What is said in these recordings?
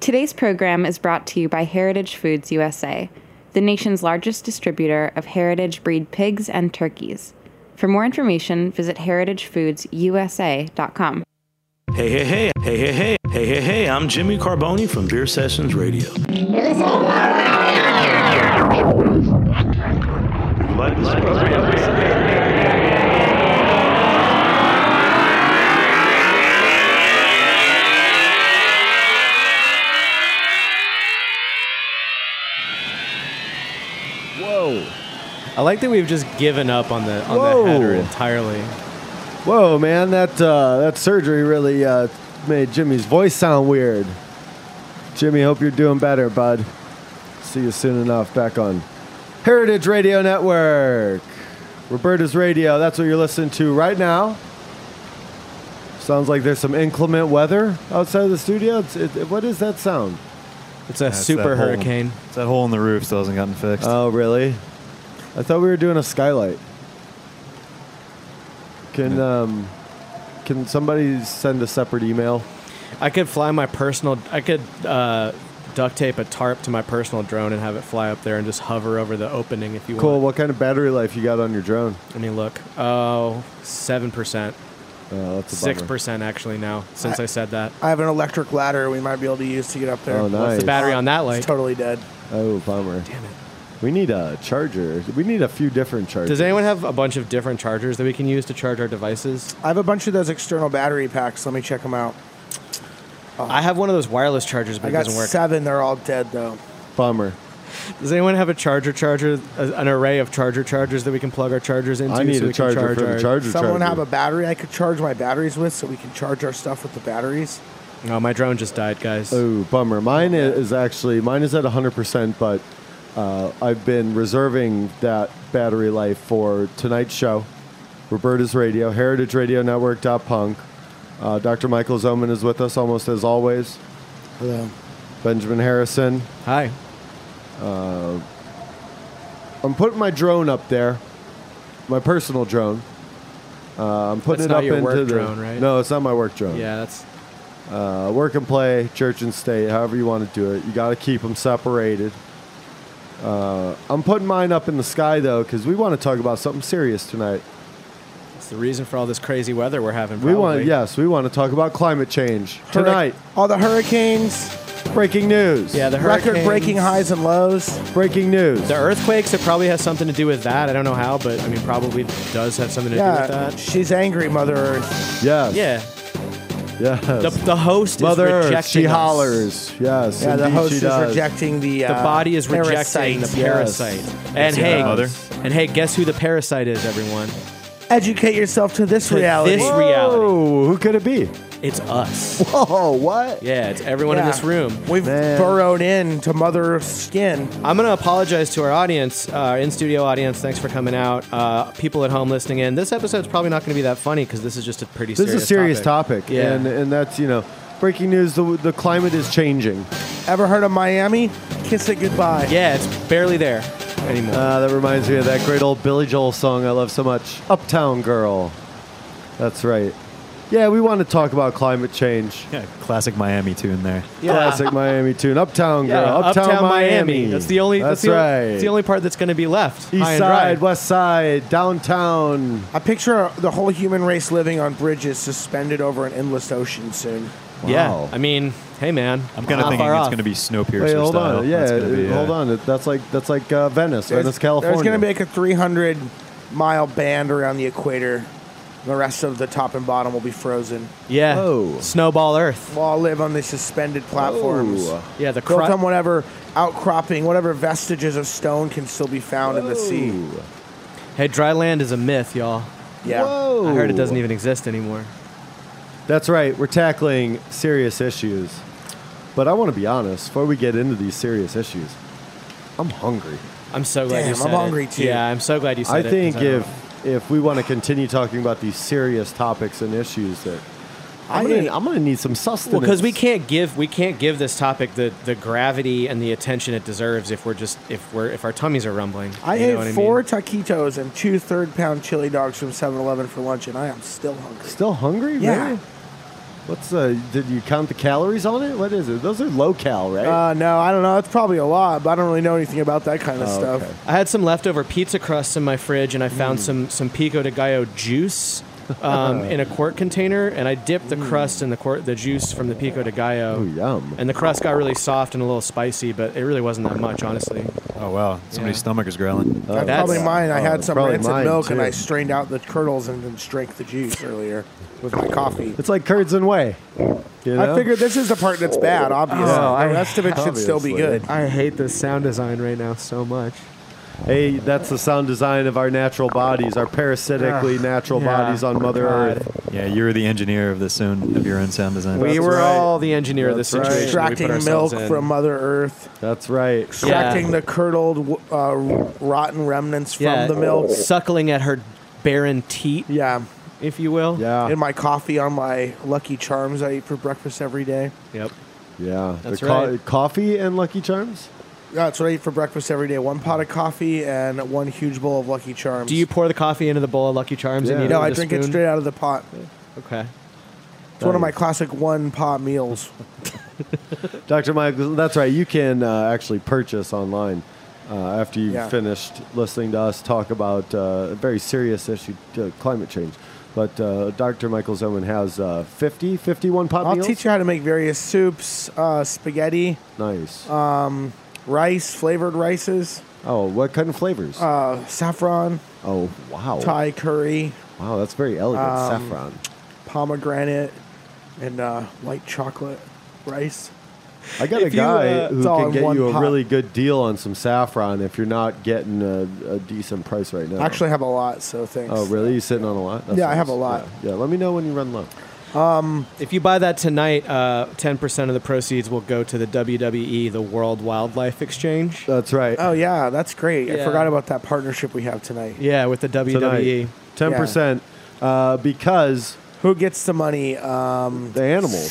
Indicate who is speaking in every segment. Speaker 1: Today's program is brought to you by Heritage Foods USA, the nation's largest distributor of heritage breed pigs and turkeys. For more information, visit heritagefoodsusa.com.
Speaker 2: Hey, hey, hey, hey, hey, hey, hey, hey, hey, I'm Jimmy Carboni from Beer Sessions Radio. If you like this program,
Speaker 3: Whoa.
Speaker 4: I like that we've just given up on the on
Speaker 3: Whoa.
Speaker 4: the header entirely.
Speaker 3: Whoa, man, that uh, that surgery really uh, made Jimmy's voice sound weird. Jimmy, hope you're doing better, bud. See you soon enough back on Heritage Radio Network. Roberta's Radio, that's what you're listening to right now. Sounds like there's some inclement weather outside of the studio. It's, it, it- what is that sound?
Speaker 4: It's a
Speaker 5: That's
Speaker 4: super
Speaker 5: that hole-
Speaker 4: hurricane.
Speaker 5: it's that hole in the roof still hasn't gotten fixed.
Speaker 3: Oh, really? I thought we were doing a skylight. Can um, can somebody send a separate email?
Speaker 4: I could fly my personal. I could uh, duct tape a tarp to my personal drone and have it fly up there and just hover over the opening if you
Speaker 3: Cool.
Speaker 4: want.
Speaker 3: What kind of battery life you got on your drone?
Speaker 4: Let me look. Oh, seven percent,
Speaker 3: Oh, that's a bummer.
Speaker 4: six percent actually now since I, said that.
Speaker 6: I have an electric ladder we might be able to use to get up there.
Speaker 3: Oh, nice.
Speaker 4: The battery on that light.
Speaker 6: It's totally dead.
Speaker 3: Oh, bummer.
Speaker 4: Damn it.
Speaker 3: We need a charger. We need a few different chargers.
Speaker 4: Does anyone have a bunch of different chargers that we can use to charge our devices?
Speaker 6: I have a bunch of those external battery packs. Let me check them out.
Speaker 3: Oh.
Speaker 4: I have one of those wireless chargers, but
Speaker 6: I
Speaker 4: it
Speaker 6: got
Speaker 4: doesn't work.
Speaker 6: seven. They're all dead though.
Speaker 3: bummer?
Speaker 4: Does anyone have a charger charger, a- an array of charger chargers that we can plug our chargers into?
Speaker 3: I need
Speaker 4: so
Speaker 3: a
Speaker 4: we can
Speaker 3: charger
Speaker 4: charge
Speaker 3: for
Speaker 4: our,
Speaker 3: the charger.
Speaker 6: Someone
Speaker 3: charger.
Speaker 6: have a battery I could charge my batteries with, so we can charge our stuff with the batteries.
Speaker 4: No, Oh, my drone just died, guys.
Speaker 3: Oh, bummer. Mine i- is actually mine is at 100%, but uh, I've been reserving that battery life for tonight's show. Roberta's Radio, heritageradionetwork.punk. Uh, Dr. Michael Zoman is with us almost as always.
Speaker 6: Hello.
Speaker 3: Benjamin Harrison.
Speaker 4: Hi.
Speaker 3: I'm putting my drone up there, my personal drone. Uh, I'm putting
Speaker 4: That's
Speaker 3: it
Speaker 4: not
Speaker 3: up
Speaker 4: your
Speaker 3: into
Speaker 4: work
Speaker 3: the
Speaker 4: drone, right?
Speaker 3: no, it's not my work drone.
Speaker 4: Yeah, that's
Speaker 3: uh, work and play, church and state, however you want to do it. You got to keep them separated. Uh, I'm putting mine up in the sky though, because we want to talk about something serious tonight.
Speaker 4: It's the reason for all this crazy weather we're having.
Speaker 3: We want,
Speaker 4: probably.
Speaker 3: yes, we want to talk about climate change
Speaker 6: Hurric-
Speaker 3: tonight.
Speaker 6: all the hurricanes,
Speaker 3: Breaking news.
Speaker 4: Yeah, the hurricanes-
Speaker 6: record-breaking highs and lows.
Speaker 3: breaking news.
Speaker 4: The earthquakes, it probably has something to do with that. I don't know how, but I mean, probably does have something to do
Speaker 6: Yeah,
Speaker 4: with that.
Speaker 6: she's angry, Mother Earth.
Speaker 3: yes.
Speaker 4: Yeah.
Speaker 3: Yes.
Speaker 4: The, the host
Speaker 3: Mother
Speaker 4: is
Speaker 3: Earth,
Speaker 4: rejecting
Speaker 3: she
Speaker 4: us.
Speaker 3: hollers. Yes.
Speaker 6: Yeah, the
Speaker 3: indeed
Speaker 6: host
Speaker 3: she
Speaker 6: is
Speaker 3: does.
Speaker 6: rejecting the
Speaker 4: The
Speaker 6: uh,
Speaker 4: body is rejecting
Speaker 6: parasite.
Speaker 4: the parasite. And
Speaker 5: Yeah,
Speaker 4: hey,
Speaker 5: mother.
Speaker 4: and hey, guess who the parasite is, everyone?
Speaker 6: Educate yourself to this
Speaker 4: To
Speaker 6: reality.
Speaker 4: this
Speaker 3: Whoa,
Speaker 4: reality.
Speaker 3: Oh, who could it be?
Speaker 4: It's us.
Speaker 3: Oh, what?
Speaker 4: Yeah, it's everyone in
Speaker 6: Yeah.
Speaker 4: this room.
Speaker 6: We've
Speaker 3: Man.
Speaker 6: burrowed in to Mother Earth's skin.
Speaker 4: I'm going to apologize to our audience, uh, in studio audience. Thanks for coming out. Uh, people at home listening in. This episode's probably not going to be that funny because this is just a pretty
Speaker 3: This
Speaker 4: serious
Speaker 3: is a serious topic,
Speaker 4: Yeah.
Speaker 3: and and that's you know, breaking news. The the climate is changing.
Speaker 6: Ever heard of Miami? Kiss it goodbye.
Speaker 4: Yeah, it's barely there anymore.
Speaker 3: Uh, that reminds me of that great old Billy Joel song I love so much, Uptown Girl. That's right. Yeah, we want to talk about climate change.
Speaker 5: yeah, classic Miami tune there.
Speaker 3: Classic Miami tune, Uptown Girl,
Speaker 4: Yeah,
Speaker 3: Uptown, Miami.
Speaker 4: That's the only.
Speaker 3: That's
Speaker 4: That's, the,
Speaker 3: right.
Speaker 4: It's the only part that's going to be left. high
Speaker 3: East
Speaker 4: and
Speaker 3: side,
Speaker 4: dry.
Speaker 3: west side, downtown.
Speaker 6: I picture the whole human race living on bridges suspended over an endless ocean soon.
Speaker 4: Yeah.
Speaker 3: Wow.
Speaker 4: I mean, hey man,
Speaker 5: I'm kind of thinking it's going to be Snowpiercer
Speaker 3: Wait, hold
Speaker 5: style.
Speaker 3: on. Yeah,
Speaker 5: That's gonna be,
Speaker 3: hold
Speaker 5: uh,
Speaker 3: on. That's like that's like uh, Venice, Venice, California.
Speaker 6: There's going to be like a 300 mile band around the equator. The rest of the top and bottom will be frozen.
Speaker 4: Yeah.
Speaker 3: Whoa.
Speaker 4: Snowball Earth.
Speaker 6: We'll all live on the suspended platforms.
Speaker 3: Oh.
Speaker 4: Yeah. The
Speaker 6: Built
Speaker 4: cru-
Speaker 6: on whatever outcropping, whatever vestiges of stone can still be found in the sea.
Speaker 3: Ooh.
Speaker 4: Hey, dry land is a myth, y'all.
Speaker 6: Yeah.
Speaker 3: Whoa.
Speaker 4: I heard it doesn't even exist anymore.
Speaker 3: That's right. We're tackling serious issues. But I want to be honest, before we get into these serious issues, I'm hungry.
Speaker 4: I'm so glad
Speaker 6: Damn,
Speaker 4: you
Speaker 6: I'm
Speaker 4: said it.
Speaker 6: hungry, too.
Speaker 4: Yeah, I'm so glad you said
Speaker 3: I
Speaker 4: it. 'cause
Speaker 3: think
Speaker 4: don't-
Speaker 3: if if we want to continue talking about these serious topics and issues that I'm
Speaker 4: I-
Speaker 3: gonna, I'm gonna need some
Speaker 4: well,
Speaker 3: sustenance.
Speaker 4: because we can't give we can't give this topic the, the gravity and the attention it deserves if we're just if we're if our tummies are rumbling.
Speaker 6: I
Speaker 4: you know what
Speaker 6: ate
Speaker 4: mean?
Speaker 6: four taquitos and two third pound chili dogs from 7 Eleven for lunch, and I am still hungry.
Speaker 3: still hungry.
Speaker 6: Yeah.
Speaker 3: Really? What's uh? Did you count the calories on it? What is it? Those are low cal, right?
Speaker 6: Uh, no, I don't know. That's probably a lot, but I don't really know anything about that kind of
Speaker 3: Oh,
Speaker 6: stuff.
Speaker 3: okay.
Speaker 4: I had some leftover pizza crusts in my fridge, and I found some some pico de gallo juice um, in a quart container, and I dipped the crust in the quart the juice from the pico de gallo.
Speaker 3: Oh, yum.
Speaker 4: And the crust got really soft and a little spicy, but it really wasn't that much, honestly.
Speaker 5: Oh wow, somebody's stomach is growling.
Speaker 6: That's,
Speaker 4: That's-
Speaker 6: Uh, probably mine. I
Speaker 3: oh,
Speaker 6: had some
Speaker 3: probably
Speaker 6: rancid
Speaker 3: mine,
Speaker 6: milk and
Speaker 3: too.
Speaker 6: I strained out the curdles and then drank the juice earlier with my coffee.
Speaker 3: It's like curds and whey. You know?
Speaker 6: I figured this is the part that's bad, obviously.
Speaker 3: Oh, I-
Speaker 6: the rest of it should still be
Speaker 3: obviously.
Speaker 6: good.
Speaker 4: I hate this sound design right now so much.
Speaker 3: Hey, that's the sound design of our natural bodies, our parasitically natural
Speaker 4: Ah, yeah.
Speaker 3: bodies on Mother
Speaker 4: God.
Speaker 3: Earth.
Speaker 5: Yeah, you were the engineer of the sound of your own sound design.
Speaker 4: We
Speaker 3: That's
Speaker 4: were
Speaker 3: right.
Speaker 4: all the engineer of this
Speaker 3: That's right.
Speaker 4: situation. that we put
Speaker 6: Extracting
Speaker 4: ourselves
Speaker 6: milk
Speaker 4: in.
Speaker 6: from Mother Earth,
Speaker 3: That's right.
Speaker 6: extracting the curdled, uh, rotten remnants from
Speaker 4: Yeah,
Speaker 6: the milk.
Speaker 4: suckling at her barren teat,
Speaker 6: Yeah.
Speaker 4: if you will.
Speaker 3: Yeah.
Speaker 6: In my coffee on my Lucky Charms I eat for breakfast every day.
Speaker 4: Yep.
Speaker 3: yeah. The
Speaker 4: That's
Speaker 3: co-
Speaker 4: right.
Speaker 3: Coffee and Lucky Charms?
Speaker 6: That's what I eat for breakfast every day. One pot of coffee and one huge bowl of Lucky Charms.
Speaker 4: Do you pour the coffee into the bowl of Lucky Charms and
Speaker 3: Yeah.
Speaker 4: eat it
Speaker 6: No,
Speaker 4: with
Speaker 6: I
Speaker 4: a
Speaker 6: drink it
Speaker 4: spoon?
Speaker 6: straight out of the pot.
Speaker 4: Okay.
Speaker 6: It's one of my classic one pot meals.
Speaker 3: Dr. Michael, that's right. You can uh, actually purchase online uh, after you've
Speaker 6: Yeah.
Speaker 3: finished listening to us talk about uh, a very serious issue, uh, climate change. But uh, Dr. Michael Zoman has uh, 50, 51 pot
Speaker 6: I'll
Speaker 3: meals?
Speaker 6: teach you how to make various soups, uh, spaghetti,
Speaker 3: Nice.
Speaker 6: uh, rice, flavored rices,
Speaker 3: oh, what kind of flavors?
Speaker 6: uh, saffron,
Speaker 3: oh, wow.
Speaker 6: Thai Um, curry,
Speaker 3: Wow, that's very elegant. Saffron.
Speaker 6: pomegranate, and uh, white chocolate rice.
Speaker 3: I got a
Speaker 4: If you,
Speaker 3: guy
Speaker 4: uh,
Speaker 3: who
Speaker 6: it's all
Speaker 3: can
Speaker 6: in
Speaker 3: get
Speaker 6: one
Speaker 3: you a
Speaker 6: pot.
Speaker 3: really good deal on some saffron if you're not getting a, a decent price right now.
Speaker 6: I actually have a lot, so thanks.
Speaker 3: Oh, really? You sitting on a lot? That's
Speaker 6: Yeah, I have a lot.
Speaker 3: Yeah. Yeah, let me know when you run low.
Speaker 4: If you buy that tonight, uh, 10% of the proceeds will go to the WWE, the World Wildlife Exchange.
Speaker 3: That's right.
Speaker 6: Oh, yeah, that's great. I
Speaker 4: Yeah.
Speaker 6: forgot about that partnership we have tonight.
Speaker 4: yeah, with the E. WWE.
Speaker 3: Tonight, 10%. Uh, because
Speaker 6: Who gets the money? Um,
Speaker 3: the animals.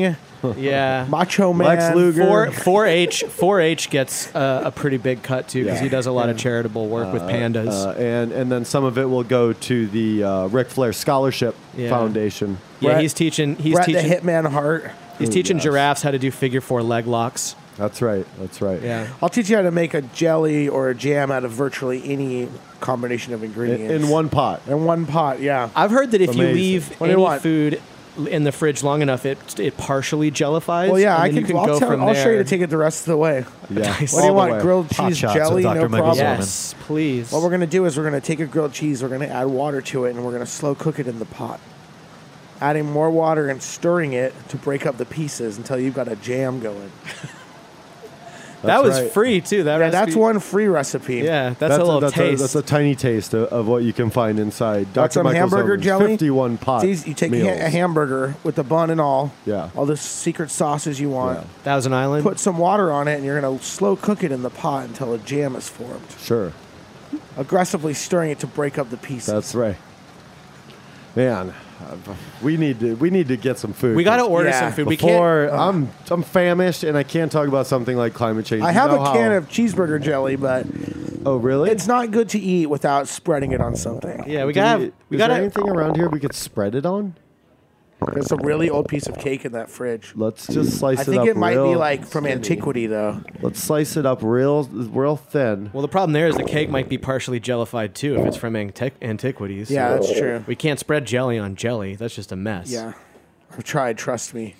Speaker 4: Yeah.
Speaker 6: Macho Man,
Speaker 3: Lex Luger.
Speaker 4: 4 H 4 H gets uh, a pretty big cut too because
Speaker 3: Yeah.
Speaker 4: he does a lot of charitable work with pandas.
Speaker 3: Uh, and, and then some of it will go to the uh, Ric Flair Scholarship
Speaker 4: Yeah.
Speaker 3: Foundation.
Speaker 4: yeah,
Speaker 6: Bret-
Speaker 4: he's teaching he's
Speaker 6: Bret
Speaker 4: teaching
Speaker 6: the Hitman Hart.
Speaker 4: he's
Speaker 3: Oh,
Speaker 4: teaching
Speaker 3: yes.
Speaker 4: giraffes how to do figure four leg locks.
Speaker 3: That's right. That's right.
Speaker 4: Yeah.
Speaker 6: I'll teach you how to make a jelly or a jam out of virtually any combination of
Speaker 3: In,
Speaker 6: ingredients.
Speaker 3: in one pot.
Speaker 6: in one pot, yeah.
Speaker 4: I've heard that if you
Speaker 3: Amazing.
Speaker 4: leave
Speaker 6: What do you
Speaker 4: any
Speaker 6: want?
Speaker 4: food l- in the fridge long enough, it it partially jellifies.
Speaker 6: Well, yeah,
Speaker 4: and
Speaker 6: I
Speaker 4: then
Speaker 6: can,
Speaker 4: you can
Speaker 6: I'll,
Speaker 4: go
Speaker 6: tell-
Speaker 4: from
Speaker 6: I'll show you
Speaker 4: there.
Speaker 6: to take it the rest of the way.
Speaker 3: Yeah.
Speaker 4: Nice.
Speaker 6: What do
Speaker 4: All
Speaker 6: you
Speaker 4: the
Speaker 6: want?
Speaker 3: way.
Speaker 6: Grilled
Speaker 5: Pot
Speaker 6: cheese
Speaker 5: shots with
Speaker 6: jelly?
Speaker 5: Dr.
Speaker 6: No
Speaker 5: Michael
Speaker 6: problem.
Speaker 5: Zimmerman.
Speaker 4: Yes, please.
Speaker 6: What we're going to do is we're going to take a grilled cheese, we're going to add water to it, and we're going to slow cook it in the pot. Adding more water and stirring it to break up the pieces until you've got a jam going.
Speaker 4: that
Speaker 3: That's
Speaker 4: was
Speaker 3: right.
Speaker 4: free too. That
Speaker 6: Yeah, that's
Speaker 4: recipe-
Speaker 6: one free recipe.
Speaker 4: Yeah, that's, a little taste.
Speaker 3: that's a tiny taste of, of what you can find inside. Dr.
Speaker 6: some
Speaker 3: Michael's
Speaker 6: hamburger
Speaker 3: Ovens,
Speaker 6: jelly?
Speaker 3: 51
Speaker 6: It's
Speaker 3: pot.
Speaker 6: easy. You take a,
Speaker 3: meals.
Speaker 6: ha- a hamburger with the bun and all,
Speaker 3: Yeah.
Speaker 6: all the secret sauces you want.
Speaker 3: Yeah.
Speaker 4: Thousand Island.
Speaker 6: Put some water on it, and you're going to slow cook it in the pot until a jam is formed.
Speaker 3: Sure.
Speaker 6: Aggressively stirring it to break up the pieces.
Speaker 3: That's right. Man, uh, we need to we need to get some food.
Speaker 4: we got to order
Speaker 6: Yeah.
Speaker 4: some food. We can't.
Speaker 3: Before I'm I'm famished and I can't talk about something like climate change.
Speaker 6: um, I
Speaker 3: You
Speaker 6: have
Speaker 3: know
Speaker 6: a can
Speaker 3: how-
Speaker 6: of cheeseburger jelly, but
Speaker 3: Oh really?
Speaker 6: it's not good to eat without spreading it on something.
Speaker 4: Yeah, we
Speaker 3: Do
Speaker 4: got.
Speaker 3: you-
Speaker 4: to We
Speaker 3: is
Speaker 4: got
Speaker 3: there
Speaker 4: to.
Speaker 3: anything around here we could spread it on?
Speaker 6: There's a really old piece of cake in that fridge.
Speaker 3: Let's just slice
Speaker 6: I
Speaker 3: it up.
Speaker 6: think it might be
Speaker 3: real-
Speaker 6: like from antiquity, though.
Speaker 3: Let's slice it up real real thin.
Speaker 4: Well, the problem there is the cake might be partially jellified too if it's from antiqu- antiquities.
Speaker 6: Yeah,
Speaker 4: So
Speaker 3: Oh.
Speaker 6: that's true.
Speaker 4: We can't spread jelly on jelly. That's just a mess.
Speaker 6: Yeah. I've tried, trust me.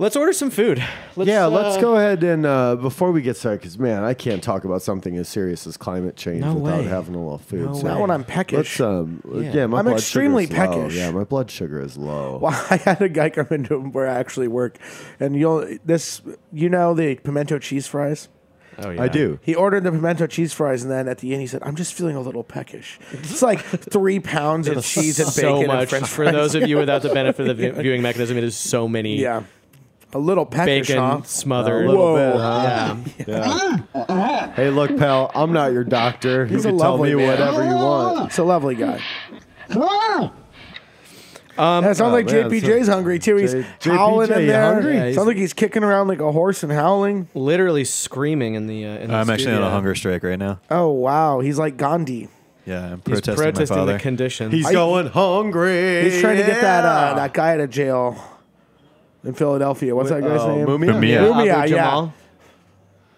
Speaker 4: Let's order some food. Let's,
Speaker 3: yeah, let's
Speaker 4: uh,
Speaker 3: go ahead and uh, before we get started, because man, I can't talk about something as serious as climate change
Speaker 4: No
Speaker 3: without
Speaker 4: way.
Speaker 3: having a little food.
Speaker 4: No
Speaker 3: so
Speaker 4: way.
Speaker 6: Not when I'm
Speaker 3: Let's
Speaker 6: peckish.
Speaker 3: um, yeah, my
Speaker 6: I'm
Speaker 3: blood
Speaker 6: extremely
Speaker 3: sugar is
Speaker 6: peckish.
Speaker 3: Low. Yeah, my blood sugar is low.
Speaker 6: Well, I had a guy come into where I actually work, and you'll this you know the pimento cheese fries.
Speaker 4: Oh, yeah.
Speaker 3: I do.
Speaker 6: He ordered the pimento cheese fries, and then at the end he said, "I'm just feeling a little peckish." It's like three pounds of cheese and
Speaker 4: so
Speaker 6: bacon and
Speaker 4: much
Speaker 6: French
Speaker 4: for
Speaker 6: fries.
Speaker 4: those of you without the benefit of the vi- viewing mechanism. It is so many.
Speaker 6: Yeah, a little peckish.
Speaker 4: Bacon
Speaker 6: huh?
Speaker 4: smothered.
Speaker 3: A little
Speaker 6: Whoa.
Speaker 3: bit, huh? Yeah. hey, look, pal. I'm not your doctor.
Speaker 6: He's
Speaker 3: you
Speaker 6: a
Speaker 3: can tell me
Speaker 6: lovely man.
Speaker 3: whatever you want.
Speaker 6: It's a lovely guy.
Speaker 4: Um,
Speaker 6: It sounds
Speaker 3: Oh,
Speaker 6: like
Speaker 3: man,
Speaker 6: JPJ's
Speaker 3: so-
Speaker 6: hungry too. He's
Speaker 3: J-
Speaker 6: howling
Speaker 3: JPJ
Speaker 6: in there.
Speaker 3: hungry?
Speaker 4: Yeah, he's-
Speaker 6: sounds like he's kicking around like a horse and howling.
Speaker 4: literally screaming in the. Uh, in the
Speaker 5: I'm actually on
Speaker 4: studio.
Speaker 5: a hunger strike right now.
Speaker 6: Oh wow, he's like Gandhi.
Speaker 5: Yeah, I'm
Speaker 4: He's
Speaker 5: protesting,
Speaker 4: protesting
Speaker 5: my
Speaker 4: the
Speaker 5: father.
Speaker 4: conditions.
Speaker 3: He's going hungry.
Speaker 6: uh, He's trying to get that uh, that guy out of jail. in Philadelphia. What's that guy's
Speaker 3: oh,
Speaker 6: name?
Speaker 3: Mumia?
Speaker 5: Mumia.
Speaker 6: Mumia, yeah.
Speaker 4: Abu Jamal.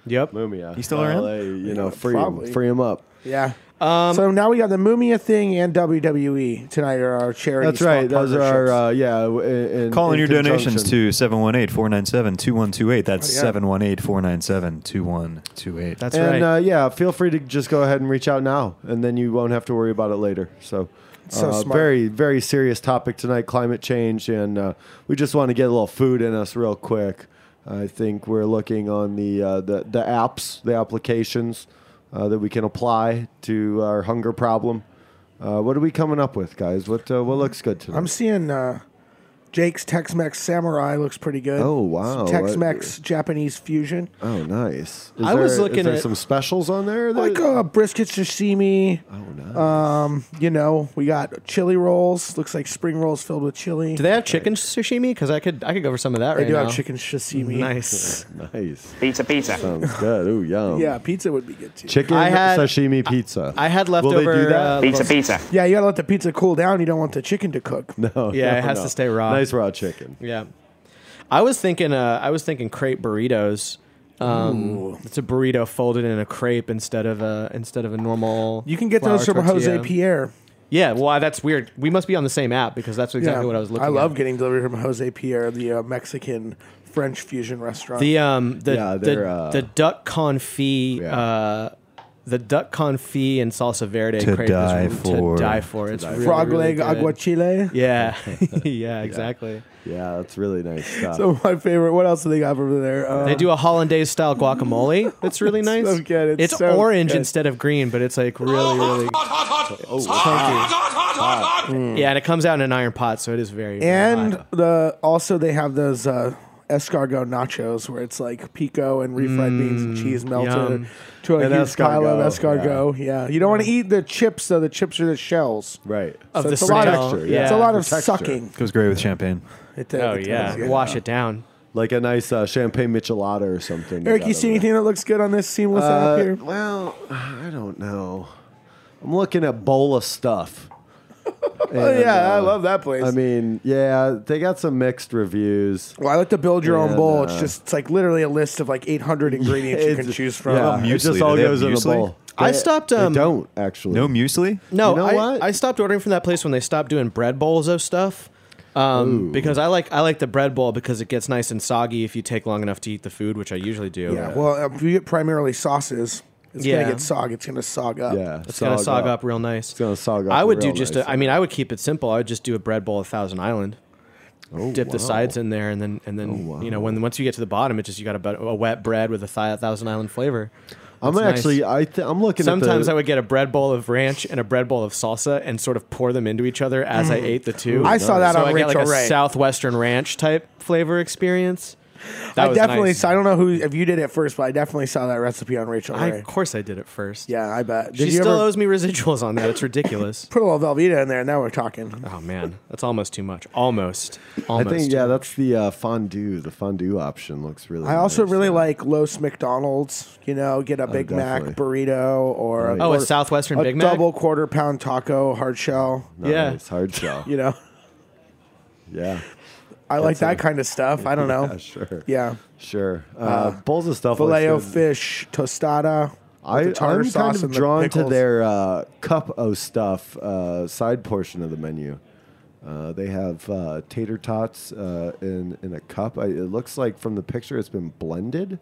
Speaker 4: Yep.
Speaker 3: Mumia.
Speaker 5: He's still around?
Speaker 3: LA, you know,
Speaker 6: Yeah,
Speaker 3: free him,
Speaker 6: probably.
Speaker 3: free him up.
Speaker 6: Yeah.
Speaker 3: Um,
Speaker 6: so now we got the Mumia thing and WWE tonight are our charity.
Speaker 3: That's
Speaker 6: small
Speaker 3: right. Those are
Speaker 6: partnerships.
Speaker 3: our uh, yeah. w- In, in-
Speaker 5: Call in
Speaker 3: in
Speaker 5: your donations
Speaker 3: conjunction.
Speaker 5: to 718 497 2128. That's
Speaker 6: Oh, yeah.
Speaker 5: 718 497 2128.
Speaker 4: That's
Speaker 3: And
Speaker 4: right.
Speaker 3: uh, yeah, feel free to just go ahead and reach out now, and then you won't have to worry about it later. So,
Speaker 6: So
Speaker 3: uh,
Speaker 6: smart.
Speaker 3: very very serious topic tonight: climate change, and uh, we just want to get a little food in us real quick. I think we're looking on the uh, the the apps, the applications uh, that we can apply to our hunger problem. Uh, what are we coming up with, guys? What uh, what looks good tonight?
Speaker 6: I'm seeing uh, Jake's Tex Mex Samurai looks pretty good.
Speaker 3: Oh, wow.
Speaker 6: Tex Mex Japanese fusion.
Speaker 3: oh, nice. Is
Speaker 4: I was
Speaker 3: there-
Speaker 4: looking
Speaker 3: is there
Speaker 4: at-
Speaker 3: some specials on there. that-
Speaker 6: Like uh, brisket sashimi.
Speaker 3: oh, nice.
Speaker 6: Um, you know, we got chili rolls. Looks like spring rolls filled with chili.
Speaker 4: Do they have chicken sashimi? Because I could I could go for some of that
Speaker 6: They
Speaker 4: right
Speaker 6: do
Speaker 4: now.
Speaker 6: have chicken sashimi.
Speaker 4: Nice.
Speaker 3: nice.
Speaker 7: Pizza, pizza.
Speaker 3: Sounds good. Ooh, yum.
Speaker 6: Yeah, pizza would be good too.
Speaker 3: Chicken
Speaker 4: I had-
Speaker 3: sashimi pizza.
Speaker 4: I had
Speaker 3: Will
Speaker 4: leftover.
Speaker 3: they do that?
Speaker 4: uh,
Speaker 7: Pizza,
Speaker 4: little-
Speaker 7: pizza.
Speaker 6: yeah, you gotta let the pizza cool down. You don't want the chicken to cook.
Speaker 3: no,
Speaker 4: Yeah, it
Speaker 3: no,
Speaker 4: has
Speaker 3: no.
Speaker 4: to stay raw.
Speaker 3: Nice raw chicken.
Speaker 4: Yeah, I was thinking. Uh, I was thinking crepe burritos. Um, it's a burrito folded in a crepe instead of a instead of a normal.
Speaker 6: You can get
Speaker 4: flour
Speaker 6: those from Jose
Speaker 4: tortilla.
Speaker 6: Pierre.
Speaker 4: Yeah, well, that's weird. We must be on the same app because that's exactly
Speaker 6: Yeah.
Speaker 4: what I was looking.
Speaker 6: I love
Speaker 4: at.
Speaker 6: getting delivery from Jose Pierre, the uh, Mexican French fusion restaurant.
Speaker 4: the um the
Speaker 3: Yeah,
Speaker 4: the,
Speaker 3: they're, uh,
Speaker 4: the duck confit.
Speaker 3: Yeah.
Speaker 4: Uh, the duck confit and salsa verde
Speaker 5: To
Speaker 4: crepe is
Speaker 5: die
Speaker 4: r-
Speaker 5: for.
Speaker 4: to die for. It's really,
Speaker 6: frog
Speaker 4: really
Speaker 6: leg
Speaker 4: good.
Speaker 6: aguachile.
Speaker 4: Yeah, yeah, exactly.
Speaker 3: Yeah, that's really nice stuff.
Speaker 6: So my favorite. What else do they got over there? Uh,
Speaker 4: They do a hollandaise style guacamole. That's really nice.
Speaker 6: so good. It's
Speaker 4: It's
Speaker 6: so
Speaker 4: orange
Speaker 6: good.
Speaker 4: instead of green, but it's like really, really.
Speaker 3: oh, wow.
Speaker 4: Yeah, and it comes out in an iron pot, so it is very. very
Speaker 6: Mm. and
Speaker 4: hot.
Speaker 6: the also they have those uh, escargot nachos where it's like pico and refried beans and cheese melted
Speaker 4: Mm, yum.
Speaker 6: to a
Speaker 3: And
Speaker 6: huge pile of
Speaker 3: escargot,
Speaker 6: escargot. Yeah, you don't want to eat the chips though. The chips are the shells.
Speaker 3: right.
Speaker 4: of the
Speaker 6: it's a lot
Speaker 4: smell,
Speaker 6: of
Speaker 4: yeah.
Speaker 6: it's a lot
Speaker 3: The
Speaker 6: of
Speaker 3: texture.
Speaker 6: sucking.
Speaker 5: Goes great with champagne.
Speaker 6: It, uh,
Speaker 4: Oh
Speaker 6: it does,
Speaker 4: yeah, wash it down.
Speaker 3: like a nice uh, champagne michelada or something.
Speaker 6: Eric, you
Speaker 3: got
Speaker 6: see
Speaker 3: over
Speaker 6: anything that looks good on this seamless
Speaker 3: there.
Speaker 6: app
Speaker 3: Uh,
Speaker 6: here?
Speaker 3: well, I don't know. I'm looking at bowl of stuff.
Speaker 6: Oh yeah, I love that place.
Speaker 3: I mean, yeah, they got some mixed reviews.
Speaker 6: well, I like to build your own
Speaker 3: and,
Speaker 6: bowl. It's
Speaker 3: uh,
Speaker 6: just it's like literally a list of like 800 ingredients you
Speaker 3: It's-
Speaker 6: can choose from.
Speaker 3: Yeah, it
Speaker 5: Muesli.
Speaker 3: just
Speaker 5: Do
Speaker 3: all
Speaker 5: they have
Speaker 3: goes in a
Speaker 5: muesli?
Speaker 3: bowl.
Speaker 4: uh, I
Speaker 3: They-
Speaker 4: stopped, um,
Speaker 3: they don't actually.
Speaker 5: No muesli?
Speaker 4: No,
Speaker 3: You know
Speaker 4: I,
Speaker 3: what?
Speaker 4: I stopped ordering from that place when they stopped doing bread bowls of stuff. Um, because I like I like the bread bowl because it gets nice and soggy if you take long enough to eat the food, which I usually do.
Speaker 6: Yeah. Well, if you get primarily sauces, it's
Speaker 4: Yeah.
Speaker 6: gonna get sog. It's gonna sog up.
Speaker 3: Yeah,
Speaker 4: It's gonna sog up real nice. It's
Speaker 3: gonna sog up
Speaker 4: I would do
Speaker 3: real
Speaker 4: just.
Speaker 3: nice.
Speaker 4: A, I mean, I would keep it simple. I would just do a bread bowl of Thousand Island,
Speaker 6: Oh,
Speaker 4: dip
Speaker 3: wow.
Speaker 4: the sides in there, and then and then you know when once you get to the bottom, it just you got a, bu- a wet bread with a thi- Thousand Island flavor.
Speaker 3: I'm
Speaker 4: That's nice.
Speaker 3: actually. I th- I'm looking.
Speaker 4: Sometimes
Speaker 3: at
Speaker 4: I
Speaker 3: the,
Speaker 4: would get a bread bowl of ranch and a bread bowl of salsa and sort of pour them into each other as I ate the two.
Speaker 6: Mm. I saw that
Speaker 4: so
Speaker 6: on
Speaker 4: I got like
Speaker 6: Rachel
Speaker 4: a
Speaker 6: Ray.
Speaker 4: southwestern ranch type flavor experience. That
Speaker 6: I
Speaker 4: was
Speaker 6: definitely.
Speaker 4: nice.
Speaker 6: Saw, I don't know who if you did it first, but I definitely saw that recipe on Rachel
Speaker 4: I,
Speaker 6: Ray.
Speaker 4: of course, I did it first.
Speaker 6: yeah, I bet. Did
Speaker 4: she
Speaker 6: you
Speaker 4: still
Speaker 6: ever
Speaker 4: owes me residuals on that. It's ridiculous.
Speaker 6: put a little Velveeta in there? Now we're talking.
Speaker 4: Oh man, that's almost too much. Almost.
Speaker 3: I
Speaker 4: Almost.
Speaker 3: think yeah, that's the uh, fondue. The fondue option looks really.
Speaker 6: I also
Speaker 3: nice.
Speaker 6: really like Los McDonald's. You know, get a Big Mac
Speaker 3: Oh, definitely.
Speaker 6: burrito or a,
Speaker 3: Oh, yeah.
Speaker 4: Oh, a
Speaker 6: quarter-
Speaker 4: southwestern
Speaker 6: a
Speaker 4: Big Mac.
Speaker 6: double quarter pound taco hard shell.
Speaker 4: yeah.
Speaker 3: Nice hard shell.
Speaker 6: You know,
Speaker 3: yeah,
Speaker 6: I like that kind of stuff. I don't know.
Speaker 3: yeah, sure,
Speaker 6: Oh. Yeah,
Speaker 3: sure. Uh, bowls of stuff. looks
Speaker 6: filet
Speaker 3: good.
Speaker 6: fish tostada.
Speaker 3: I,
Speaker 6: with the tartar
Speaker 3: I'm
Speaker 6: sauce
Speaker 3: kind of
Speaker 6: and the
Speaker 3: drawn to
Speaker 6: pickles.
Speaker 3: their uh, cup o stuff uh, side portion of the menu. Uh, they have uh, tater tots uh, in in a cup. I, it looks like from the picture, it's been blended.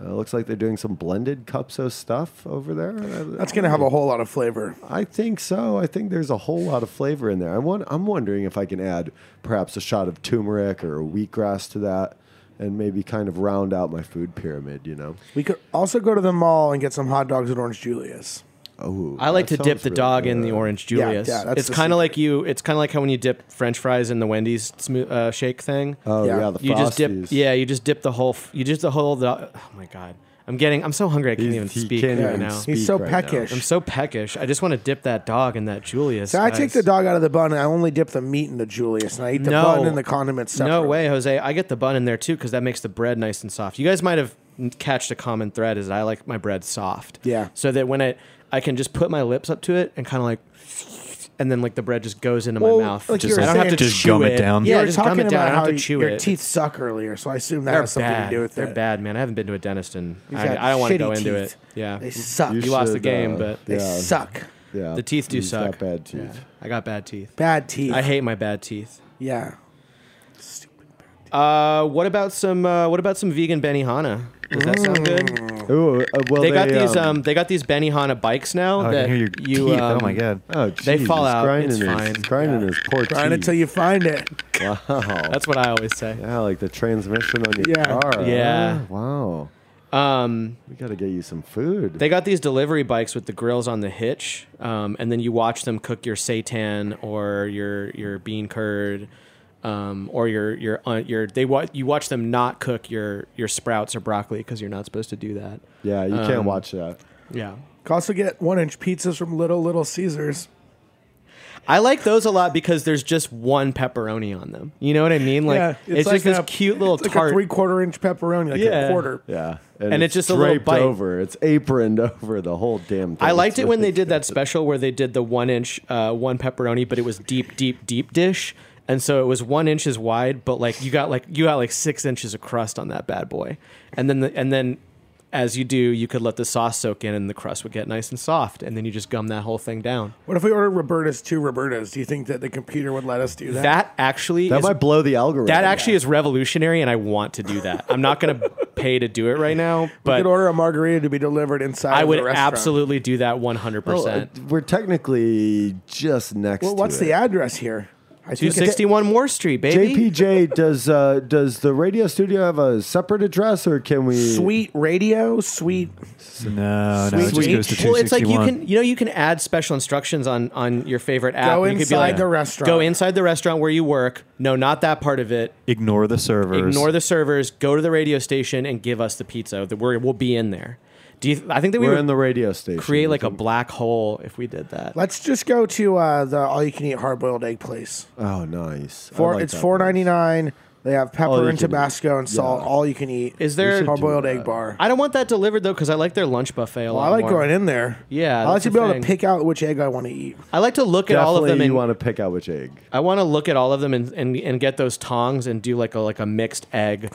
Speaker 3: Uh, it looks like they're doing some blended cups o stuff over there.
Speaker 6: That's gonna have a whole lot of flavor.
Speaker 3: I think so. I think there's a whole lot of flavor in there. I want, I'm wondering if I can add perhaps a shot of turmeric or wheatgrass to that and maybe kind of round out my food pyramid, you know?
Speaker 6: We could also go to the mall and get some hot dogs at Orange Julius.
Speaker 3: Oh,
Speaker 4: I like
Speaker 3: that
Speaker 4: to dip
Speaker 3: sounds
Speaker 4: the
Speaker 3: really
Speaker 4: dog in
Speaker 3: good.
Speaker 4: the orange
Speaker 6: Yeah,
Speaker 4: Julius.
Speaker 6: yeah, that's
Speaker 4: it's
Speaker 6: the
Speaker 4: kind of like you. It's kind of like how when you dip French fries in the Wendy's smo- uh, shake thing.
Speaker 3: Oh,
Speaker 6: Yeah.
Speaker 3: yeah, the
Speaker 4: you just dip.
Speaker 3: Frosties.
Speaker 4: Yeah, you just dip the whole. F- you just the whole. The, oh my god, I'm getting. I'm so hungry. I can't
Speaker 3: He's-
Speaker 4: even
Speaker 3: he
Speaker 4: speak
Speaker 3: can't
Speaker 4: right
Speaker 3: even
Speaker 4: now.
Speaker 3: speak.
Speaker 6: He's so
Speaker 3: right now.
Speaker 6: peckish.
Speaker 4: I'm so peckish. I just want to dip that dog in that Julius.
Speaker 6: So I
Speaker 4: guys.
Speaker 6: take the dog out of the bun and I only dip the meat in the Julius and I eat the
Speaker 4: No.
Speaker 6: bun and the condiments separate.
Speaker 4: No way, Jose. I get the bun in there too because that makes the bread nice and soft. You guys might have n- catched a common thread is I like my bread soft.
Speaker 6: Yeah.
Speaker 4: So that when I I can just put my lips up to it and kind of like and then like the bread just goes into
Speaker 6: Well,
Speaker 4: my mouth.
Speaker 6: like
Speaker 5: Just
Speaker 6: you were
Speaker 4: I don't have to
Speaker 6: saying-
Speaker 5: Just gum
Speaker 4: chew
Speaker 5: it down.
Speaker 4: Yeah,
Speaker 6: you were
Speaker 4: just
Speaker 6: talking
Speaker 4: gum it down. I
Speaker 6: about
Speaker 4: don't
Speaker 6: how
Speaker 4: have to
Speaker 6: y-
Speaker 4: chew
Speaker 6: your
Speaker 4: it.
Speaker 6: teeth suck earlier, so I assume that
Speaker 4: They're
Speaker 6: has something
Speaker 4: bad.
Speaker 6: to do with
Speaker 4: They're
Speaker 6: it.
Speaker 4: bad, man. I haven't been to a dentist and
Speaker 6: You've
Speaker 4: I,
Speaker 6: got
Speaker 4: I don't want to
Speaker 6: shitty
Speaker 4: go into
Speaker 6: teeth.
Speaker 4: it. Yeah,
Speaker 6: They suck.
Speaker 4: You lost the game, but-
Speaker 6: they
Speaker 3: uh, yeah,
Speaker 6: suck.
Speaker 3: Yeah,
Speaker 4: The teeth do
Speaker 3: He's got
Speaker 4: suck.
Speaker 3: Bad teeth.
Speaker 4: I got bad teeth.
Speaker 6: Bad teeth.
Speaker 4: I hate my bad teeth.
Speaker 6: Yeah.
Speaker 4: Uh, what about some? Uh, what about some vegan Benihana? Does that
Speaker 6: Mm.
Speaker 4: sound good?
Speaker 3: Ooh, uh, well,
Speaker 4: They got these.
Speaker 3: um,
Speaker 4: Um, they got these Benihana bikes now.
Speaker 5: Oh, I
Speaker 4: that
Speaker 5: can hear your
Speaker 4: you.
Speaker 5: teeth.
Speaker 4: Um,
Speaker 5: oh my god.
Speaker 3: Oh,
Speaker 4: they
Speaker 3: jeez,
Speaker 4: fall
Speaker 3: he's
Speaker 4: out.
Speaker 3: Grinding
Speaker 4: It's
Speaker 3: his,
Speaker 4: fine.
Speaker 3: grinding his poor
Speaker 6: Grind
Speaker 3: teeth.
Speaker 6: until you find it.
Speaker 3: Wow.
Speaker 4: That's what I always say.
Speaker 3: Yeah, like the transmission on your
Speaker 6: Yeah.
Speaker 3: car. huh?
Speaker 4: Yeah.
Speaker 3: Wow.
Speaker 4: Um,
Speaker 3: We got to get you some food.
Speaker 4: they got these delivery bikes with the grills on the hitch, um, and then you watch them cook your seitan or your your bean curd, um, or your your uh, your they wa- you watch them not cook your your sprouts or broccoli because you're not supposed to do that.
Speaker 3: yeah, you can't
Speaker 4: um,
Speaker 3: watch that.
Speaker 4: Yeah.
Speaker 6: Can also get one inch pizzas from Little Little Caesars.
Speaker 4: I like those a lot because there's just one pepperoni on them. You know what I mean? Like
Speaker 6: yeah,
Speaker 4: it's, just this cute little
Speaker 6: it's like
Speaker 4: tart.
Speaker 6: a three quarter inch pepperoni, like a
Speaker 4: Yeah.
Speaker 6: quarter.
Speaker 3: Yeah,
Speaker 4: And it's just a little
Speaker 3: draped
Speaker 4: bite.
Speaker 3: over. It's aproned over the whole damn thing.
Speaker 4: I liked
Speaker 3: It's
Speaker 4: it when they
Speaker 3: really-
Speaker 4: did that special where they did the one inch, uh, one pepperoni, but it was deep, deep, deep dish, and so it was one inches wide, but like you got like you got like six inches of crust on that bad boy, and then the, and then as you do, you could let the sauce soak in, and the crust would get nice and soft, and then you just gum that whole thing down.
Speaker 6: What if we ordered Roberta's two Roberta's? Do you think that the computer would let us do that?
Speaker 4: That actually
Speaker 3: That
Speaker 4: is-
Speaker 3: might blow the algorithm.
Speaker 4: that actually is revolutionary, and I want to do that. I'm not going to pay to do it right now,
Speaker 6: you
Speaker 4: but
Speaker 6: could order a margarita to be delivered inside.
Speaker 4: I
Speaker 6: of
Speaker 4: would
Speaker 6: the restaurant.
Speaker 4: absolutely do that 100.
Speaker 3: Well, uh,
Speaker 4: percent
Speaker 3: we're technically just next.
Speaker 6: Well,
Speaker 3: to
Speaker 6: what's
Speaker 3: it.
Speaker 6: the address here? I think it's-
Speaker 4: 261 Moore Street, baby.
Speaker 3: JPJ does uh, does the radio studio have a separate address or can we?
Speaker 6: Sweet radio, sweet.
Speaker 5: No, no, it just
Speaker 6: Sweet.
Speaker 5: goes to
Speaker 4: Well, it's like you
Speaker 5: 261.
Speaker 4: can, you know, you can add special instructions on on your favorite app.
Speaker 6: Go
Speaker 4: You could be
Speaker 6: inside
Speaker 4: like,
Speaker 6: the restaurant.
Speaker 4: Go inside the restaurant where you work. No, not that part of it.
Speaker 5: ignore the servers.
Speaker 4: Ignore the servers. Go to the radio station and give us the pizza. That we're, we'll be in there. Do you? I think that we
Speaker 3: We're
Speaker 4: would
Speaker 3: in the radio station.
Speaker 4: create like a black hole if we did that.
Speaker 6: Let's just go to uh, the all you can eat hard boiled egg place.
Speaker 3: Oh, nice. I
Speaker 6: Four,
Speaker 3: like
Speaker 6: it's
Speaker 3: that
Speaker 6: four
Speaker 3: one.
Speaker 6: ninety nine. They have
Speaker 3: All you
Speaker 6: pepper and
Speaker 3: can eat.
Speaker 6: Tabasco and salt.
Speaker 3: Yeah.
Speaker 6: All you can eat.
Speaker 4: Is there- We should
Speaker 6: hard boiled
Speaker 3: do
Speaker 6: egg
Speaker 3: that.
Speaker 6: bar?
Speaker 4: I don't want that delivered though because I like their lunch buffet a lot.
Speaker 6: Well, I like
Speaker 4: more.
Speaker 6: going in there.
Speaker 4: Yeah,
Speaker 6: I like
Speaker 4: that's
Speaker 6: to be
Speaker 4: the
Speaker 6: able
Speaker 4: thing.
Speaker 6: to pick out which egg I want to eat.
Speaker 4: I like to look at all of
Speaker 3: Definitely
Speaker 4: them
Speaker 3: you
Speaker 4: and
Speaker 3: want to pick out which egg.
Speaker 4: I want to look at all of them and, and, and get those tongs and do like a like a mixed egg